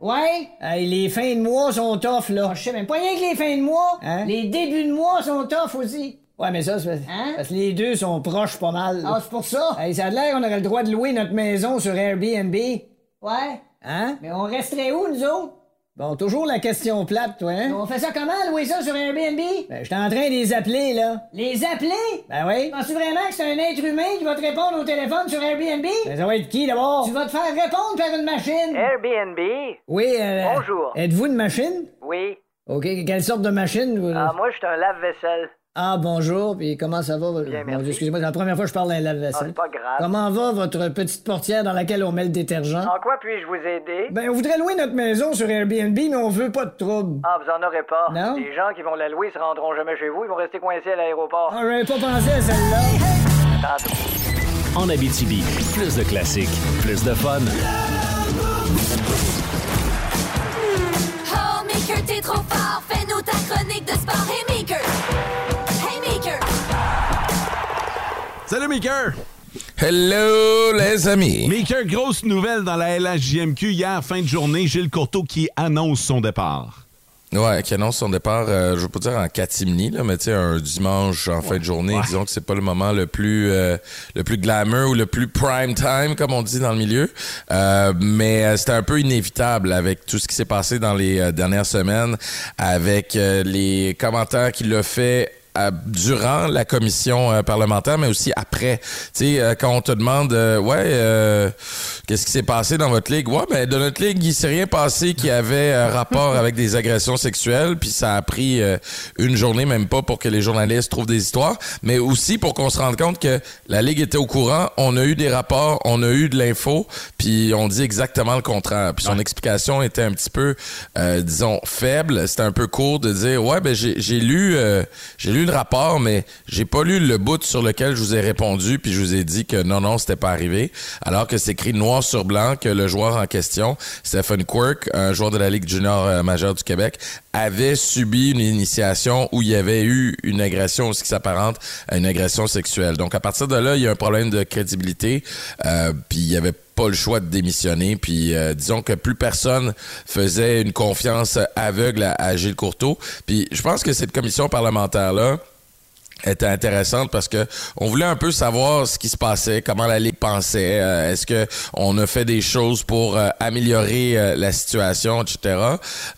S15: Ouais? Hey, les fins de mois sont tough, là. Je sais même pas rien que les fins de mois. Les débuts de mois sont tough aussi.
S9: Hein?
S15: Hein?
S9: Ouais, mais ça, c'est parce- parce que les deux sont proches pas mal. là.
S15: Ah, c'est pour ça?
S9: Hey, ça a l'air qu'on aurait le droit de louer notre maison sur Airbnb.
S15: Ouais.
S9: Hein?
S15: Mais on resterait où, nous autres?
S9: Bon, toujours la question plate, toi, hein?
S15: On fait ça comment, louer ça sur Airbnb?
S9: Ben, j'étais en train de les appeler, là.
S15: Les appeler?
S9: Ben oui.
S15: Penses-tu vraiment que c'est un être humain qui va te répondre au téléphone sur Airbnb?
S9: Ben, ça va être qui, d'abord?
S15: Tu vas te faire répondre par une machine.
S11: Eh. Airbnb?
S9: Oui, euh,
S11: Bonjour.
S9: Êtes-vous une machine?
S11: Oui.
S9: OK, quelle sorte de machine? vous-
S11: Ah, moi, je suis un lave-vaisselle.
S9: Ah, bonjour, puis comment ça va? Bon, Excusez-moi, c'est la première fois que je parle à
S11: Ah,
S9: un
S11: c'est
S9: lave-vaisselle.
S11: pas grave. Ah.
S9: comment va votre petite portière dans laquelle on met le détergent?
S11: En quoi puis-je vous aider?
S9: Ben, on voudrait louer notre maison sur Airbnb, mais on veut pas de trouble.
S11: Ah, vous en aurez pas.
S9: Non.
S11: Les gens qui vont la louer se rendront jamais chez vous. Ils vont rester coincés à l'aéroport.
S9: Ah, j'avais pas pensé à celle-là.
S2: En Abitibi, plus de classiques, plus de fun.
S8: Oh, Maker, t'es trop fort. Fais-nous ta chronique de sport. Hey, Maker. Hey, Maker.
S3: Salut, Maker!
S17: Hello, les amis!
S3: Maker, grosse nouvelle dans la LHJMQ hier, fin de journée, Gilles Courteau qui annonce son départ.
S17: Ouais, qui annonce son départ, euh, je veux pas dire en catimini, là, mais tu sais, un dimanche en fin de journée, disons que c'est pas le moment le plus, euh, le plus glamour ou le plus prime time, comme on dit dans le milieu. Euh, mais euh, c'était un peu inévitable avec tout ce qui s'est passé dans les euh, dernières semaines, avec euh, les commentaires qu'il a fait à- durant la commission euh, parlementaire, mais aussi après. Tu sais, euh, quand on te demande, euh, ouais, euh, qu'est-ce qui s'est passé dans votre ligue? Ouais, ben, de notre ligue, il s'est rien passé qui avait euh, rapport avec des agressions sexuelles, puis ça a pris euh, une journée, même pas, pour que les journalistes trouvent des histoires, mais aussi pour qu'on se rende compte que la ligue était au courant, on a eu des rapports, on a eu de l'info, puis on dit exactement le contraire. Puis son explication était un petit peu, euh, disons, faible. C'était un peu court de dire, ouais, ben, j'ai j'ai lu, euh, j'ai lu le rapport, mais j'ai pas lu le bout sur lequel je vous ai répondu, puis je vous ai dit que non, non, c'était pas arrivé. Alors que c'est écrit noir sur blanc que le joueur en question, Stephen Quirk, un joueur de la Ligue junior euh, majeure du Québec, avait subi une initiation où il y avait eu une agression, ce qui s'apparente à une agression sexuelle. Donc, à partir de là, il y a un problème de crédibilité, euh, puis il y avait pas le choix de démissionner. Puis euh, disons que plus personne faisait une confiance aveugle à, à Gilles Courteau. Puis je pense que cette commission parlementaire-là, était intéressante parce que on voulait un peu savoir ce qui se passait, comment la ligue pensait, euh, est-ce que on a fait des choses pour euh, améliorer euh, la situation, etc.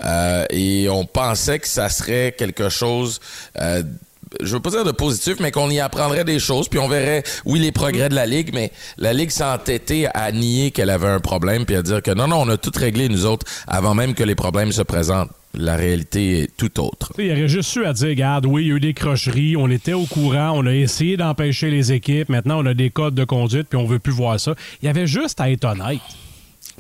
S17: Euh, et on pensait que ça serait quelque chose. euh, je veux pas dire de positif, mais qu'on y apprendrait des choses, puis on verrait, oui, les progrès de la Ligue, mais la Ligue s'est entêtée à nier qu'elle avait un problème, puis à dire que non, non, on a tout réglé, nous autres, avant même que les problèmes se présentent. La réalité est tout autre.
S5: Tu sais, Il aurait juste eu à dire, regarde, oui, il y a eu des crocheries, on était au courant, on a essayé d'empêcher les équipes, maintenant on a des codes de conduite, puis on veut plus voir ça. Il y avait juste à être honnête.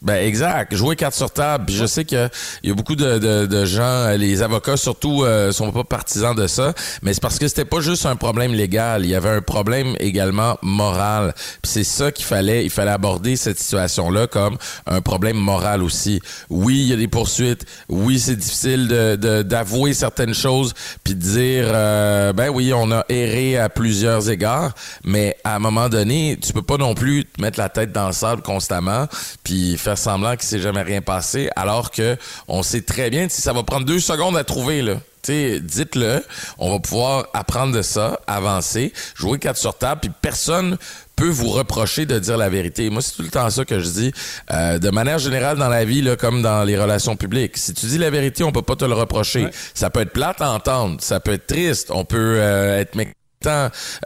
S17: Ben exact, jouer carte sur table. Puis je sais que il y a beaucoup de, de- de gens, euh, les avocats surtout, euh, sont pas partisans de ça. Mais c'est parce que c'était pas juste un problème légal, il y avait un problème également moral. Puis c'est ça qu'il fallait, il fallait aborder cette situation là comme un problème moral aussi. Oui, il y a des poursuites. Oui, c'est difficile de- de- d'avouer certaines choses puis de dire euh, ben oui, on a erré à plusieurs égards. Mais à un moment donné, tu peux pas non plus te mettre la tête dans le sable constamment puis faire semblant qu'il s'est jamais rien passé, alors que on sait très bien si ça va prendre deux secondes à trouver là. Tu sais, dites-le, on va pouvoir apprendre de ça, avancer, jouer quatre sur table, puis personne peut vous reprocher de dire la vérité. Moi, c'est tout le temps ça que je dis. Euh, de manière générale, dans la vie, là, comme dans les relations publiques, si tu dis la vérité, on peut pas te le reprocher. Ça peut être plate à entendre, ça peut être triste, on peut euh, être mécontent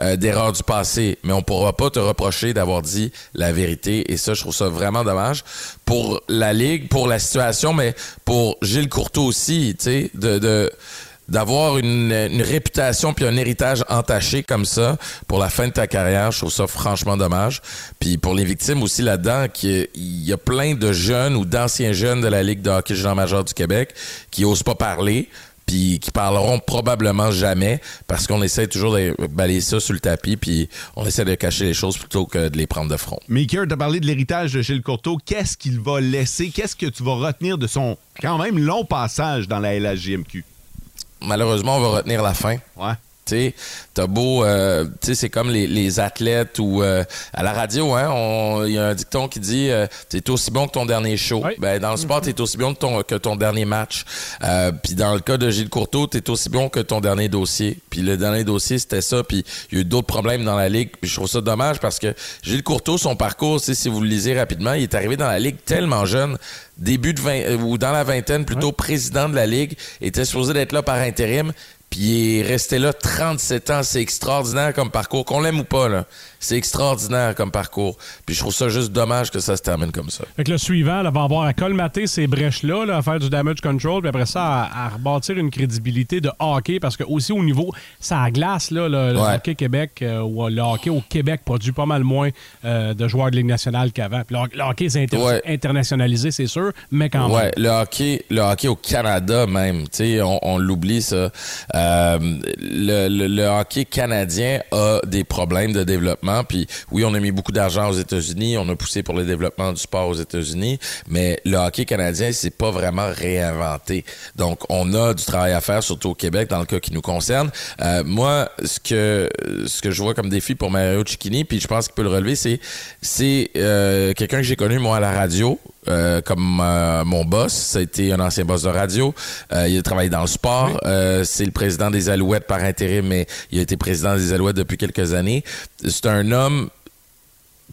S17: euh, d'erreurs du passé, mais on pourra pas te reprocher d'avoir dit la vérité. Et ça, je trouve ça vraiment dommage pour la ligue, pour la situation, mais pour Gilles Courteau aussi, tu sais, de, de d'avoir une, une réputation puis un héritage entaché comme ça pour la fin de ta carrière, je trouve ça franchement dommage. Puis pour les victimes aussi là-dedans, qui- il y a plein de jeunes ou d'anciens jeunes de la Ligue de hockey junior majeur du Québec qui osent pas parler puis qui parleront probablement jamais parce qu'on essaie toujours de balayer ça sur le tapis puis on essaie de cacher les choses plutôt que de les prendre de front.
S3: Maker, t'as parlé de l'héritage de Gilles Courteau. Qu'est-ce qu'il va laisser? Qu'est-ce que tu vas retenir de son quand même long passage dans la LHJMQ?
S17: malheureusement, on va retenir la fin.
S3: Ouais.
S17: Tu sais, t'as beau, euh, tu sais, c'est comme les, les athlètes ou euh, à la radio, hein, on- il y a un dicton qui dit, euh, t'es aussi bon que ton dernier show. Ben, dans le sport, t'es aussi bon que ton, que ton dernier match. Euh, Puis dans le cas de Gilles Courteau, t'es aussi bon que ton dernier dossier. Puis le dernier dossier, c'était ça. Puis il y a eu d'autres problèmes dans la ligue. Puis je trouve ça dommage parce que Gilles Courteau, son parcours, tu sais, si vous le lisez rapidement, il est arrivé dans la ligue tellement jeune début de vingt- euh, ou dans la vingtaine plutôt président de la ligue était supposé d'être là par intérim puis il est resté là 37 ans c'est extraordinaire comme parcours qu'on l'aime ou pas là c'est extraordinaire comme parcours puis je trouve ça juste dommage que ça se termine comme ça
S5: Fait que le suivant, là, va avoir à colmater ces brèches-là, là, à faire du damage control, puis après ça, à, à rebâtir une crédibilité de hockey, parce que aussi au niveau, ça glace, là, le, le
S17: Ouais.
S5: hockey Québec, euh, ou le hockey au Québec produit pas mal moins euh, de joueurs de Ligue nationale qu'avant. Puis le, ho- le hockey est inter-
S17: Ouais.
S5: internationalisé, c'est sûr, mais quand même.
S17: Ouais, le hockey, le hockey au Canada même, tu sais, on, on l'oublie ça. Euh, le, le- le hockey canadien a des problèmes de développement. Puis oui, on a mis beaucoup d'argent aux États-Unis, on a poussé pour le développement du sport aux États-Unis, mais le hockey canadien, c'est pas vraiment réinventé. Donc, on a du travail à faire, surtout au Québec, dans le cas qui nous concerne. Euh, moi, ce que ce que je vois comme défi pour Mario Cicchini, puis je pense qu'il peut le relever, c'est c'est euh, quelqu'un que j'ai connu moi à la radio. euh, comme euh, mon boss, ça a été un ancien boss de radio. Euh, il a travaillé dans le sport. Euh, c'est le président des Alouettes par intérim, mais il a été président des Alouettes depuis quelques années. C'est un homme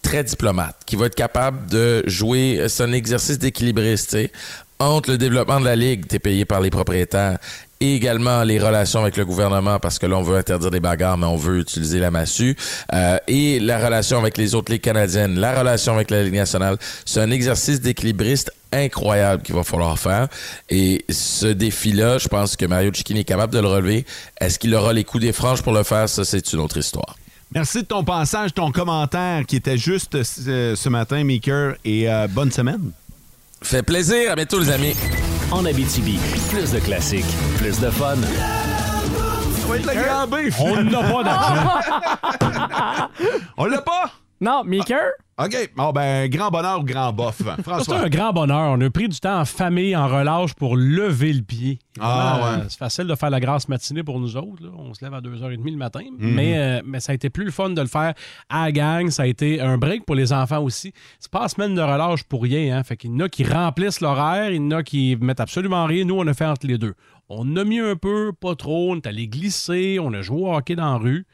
S17: très diplomate, qui va être capable de jouer euh, c'est un exercice d'équilibriste, tu sais, entre le développement de la ligue, t'es payé par les propriétaires, et également les relations avec le gouvernement, parce que là, on veut interdire des bagarres, mais on veut utiliser la massue, euh, et la relation avec les autres ligues canadiennes, la relation avec la Ligue nationale. C'est un exercice d'équilibriste incroyable qu'il va falloir faire. Et ce défi-là, je pense que Mario Cicchini est capable de le relever. Est-ce qu'il aura les coups des franges pour le faire? Ça, c'est une autre histoire.
S3: Merci de ton passage, ton commentaire qui était juste euh, ce matin, Maker, et euh, bonne semaine.
S17: Fait plaisir, à bientôt les amis.
S2: En Abitibi, plus de classiques, plus de fun.
S5: On n'a pas d'argent.
S3: On l'a pas?
S4: Non, Maker?
S3: OK. Bon, ben, grand bonheur ou grand bof.
S5: C'est
S3: François.
S5: un grand bonheur. On a pris du temps en famille, en relâche pour lever le pied.
S3: Ah,
S5: Évidemment,
S3: ouais.
S5: C'est facile de faire la grasse matinée pour nous autres. là. On se lève à 2h30 le matin.
S3: Mhm.
S5: mais, euh, mais ça a été plus le fun de le faire à la gang. Ça a été un break pour les enfants aussi. C'est pas la semaine de relâche pour rien. Hein. Fait qu'il y en a qui remplissent l'horaire, il y en a qui mettent absolument rien. Nous, on a fait entre les deux. On a mis un peu, pas trop. On est allé glisser. On a joué au hockey dans la rue.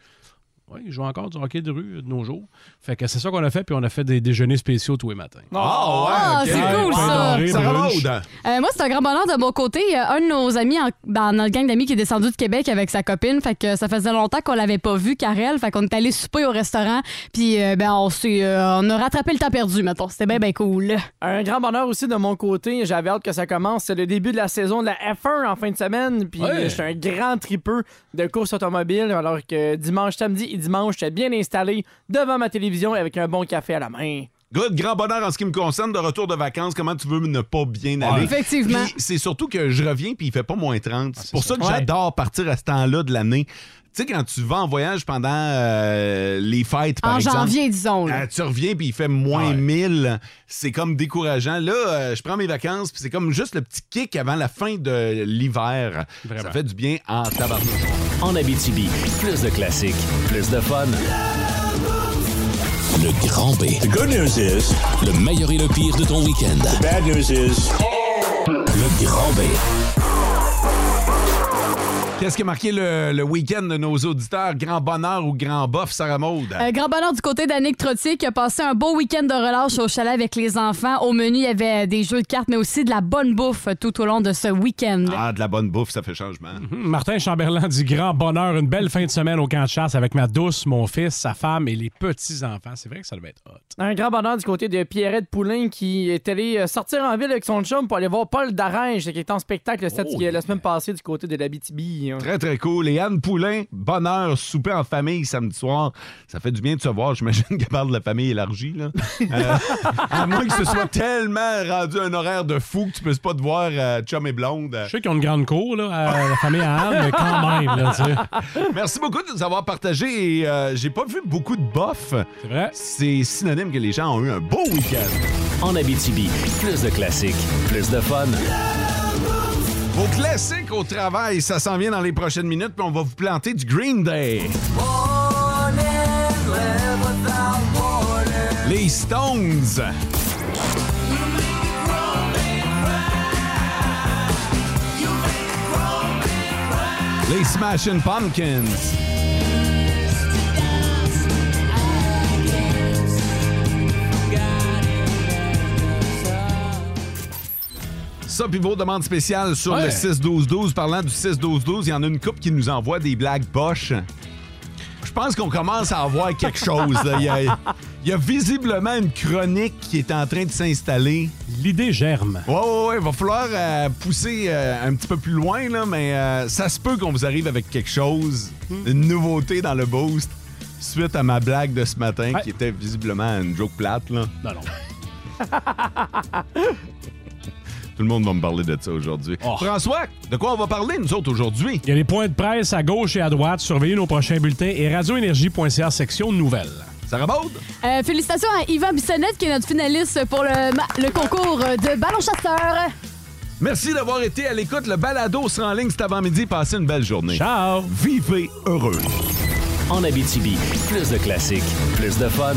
S5: Oui, ils jouent encore du hockey de rue euh, de nos jours. Fait que c'est ça qu'on a fait, puis on a fait des déjeuners spéciaux tous les matins.
S8: Oh,
S6: Ah,
S3: ok.
S6: c'est cool,
S5: pain
S6: ça.
S5: doré,
S3: Sarah
S5: brunch.
S3: Maud.
S6: Euh, moi, c'est un grand bonheur de mon côté. Euh, Un de nos amis, en, ben, dans le gang d'amis qui est descendu de Québec avec sa copine, fait que ça faisait longtemps qu'on l'avait pas vu, Karel. Fait qu'on est allé souper au restaurant, puis euh, ben, on, s'est, euh, on a rattrapé le temps perdu, mettons. C'était bien, bien cool.
S4: Un grand bonheur aussi de mon côté. J'avais hâte que ça commence. C'est le début de la saison de la F1 en fin de semaine. Puis
S5: Ouais.
S4: je suis un grand tripeux de course automobile. Alors que dimanche, samedi et dimanche, j'étais bien installé devant ma télévision avec un bon café à la main.
S3: Good, grand bonheur en ce qui me concerne, de retour de vacances, comment tu veux ne pas bien aller?
S4: Ouais. Effectivement.
S3: Puis C'est surtout que je reviens puis il fait pas moins 30. Ah, c'est pour ça, que
S4: Ouais.
S3: j'adore partir à ce temps-là de l'année. Tu sais, quand tu vas en voyage pendant euh, les fêtes, par
S6: en
S3: exemple.
S6: janvier, disons. là.
S3: Ah, tu reviens puis il fait moins 1000. C'est comme décourageant. Là, euh, je prends mes vacances puis c'est comme juste le petit kick avant la fin de l'hiver. Ça fait du bien en tabarnak.
S2: En Abitibi, plus de classiques, plus de fun. Le grand B. The good news is. Le meilleur et le pire de ton week-end. The bad news is. Le grand B.
S3: Qu'est-ce qui a marqué le, le week-end de nos auditeurs? Grand bonheur ou grand bof, Sarah Maud?
S6: Euh, grand bonheur du côté d'Annick Trottier qui a passé un beau week-end de relâche au chalet avec les enfants. Au menu, il y avait euh, des jeux de cartes, mais aussi de la bonne bouffe euh, tout au long de ce week-end.
S3: Ah, de la bonne bouffe, ça fait changement.
S5: Mhm. Martin Chamberlain dit grand bonheur, une belle fin de semaine au camp de chasse avec ma douce, mon fils, sa femme et les petits-enfants. C'est vrai que ça devait être hot.
S4: Un grand bonheur du côté de Pierrette Poulain qui est allé euh, sortir en ville avec son chum pour aller voir Paul Darange qui est en spectacle cette- la semaine passée du côté de la BTB.
S3: Très, très cool. Et Anne Poulain, bonheur, souper en famille samedi soir. Ça fait du bien de se voir. J'imagine qu'elle parle de la famille élargie. Là. Euh, à moins que ce soit tellement rendu un horaire de fou que tu ne puisses pas te voir euh, chum et blonde.
S5: Je sais qu'ils ont une grande cour, là, à la famille à Anne, Ah, mais quand même, là, tu sais.
S3: Merci beaucoup de nous avoir partagé. et, euh, J'ai pas vu beaucoup de bof.
S5: C'est vrai.
S3: C'est synonyme que les gens ont eu un beau week-end.
S2: En Abitibi, plus de classiques, plus de fun.
S3: Vos classiques au travail, ça s'en vient dans les prochaines minutes, puis on va vous planter du Green Day. Les Stones. Les Smashing Pumpkins. Ça, puis vos demandes spéciales sur
S5: Ouais.
S3: le 6-12-12. Parlant du 6-12-12, il y en a une couple qui nous envoie des blagues poches. Je pense qu'on commence à avoir quelque chose. là. Il y, a, il y a visiblement une chronique qui est en train de s'installer.
S5: L'idée germe.
S3: Ouais, ouais, ouais. Il va falloir euh, pousser euh, un petit peu plus loin, là, mais euh, ça se peut qu'on vous arrive avec quelque chose,
S5: Hmm.
S3: une nouveauté dans le boost, suite à ma blague de ce matin qui était visiblement une joke plate. Là.
S5: Non, non.
S3: Tout le monde va me parler de ça aujourd'hui.
S5: Oh.
S3: Oh. François, de quoi on va parler, nous autres, aujourd'hui?
S5: Il y a les points de presse à gauche et à droite. Surveillez nos prochains bulletins et radioénergie.ca, section nouvelles.
S3: Ça rebond?
S6: Euh, félicitations à Yvan Bissonnette qui est notre finaliste pour le, ma- le concours de ballon chasseur.
S3: Merci d'avoir été à l'écoute. Le balado sera en ligne cet avant-midi. Passez une belle journée. Ciao! Vivez heureux!
S2: En Abitibi, plus de classiques, plus de fun.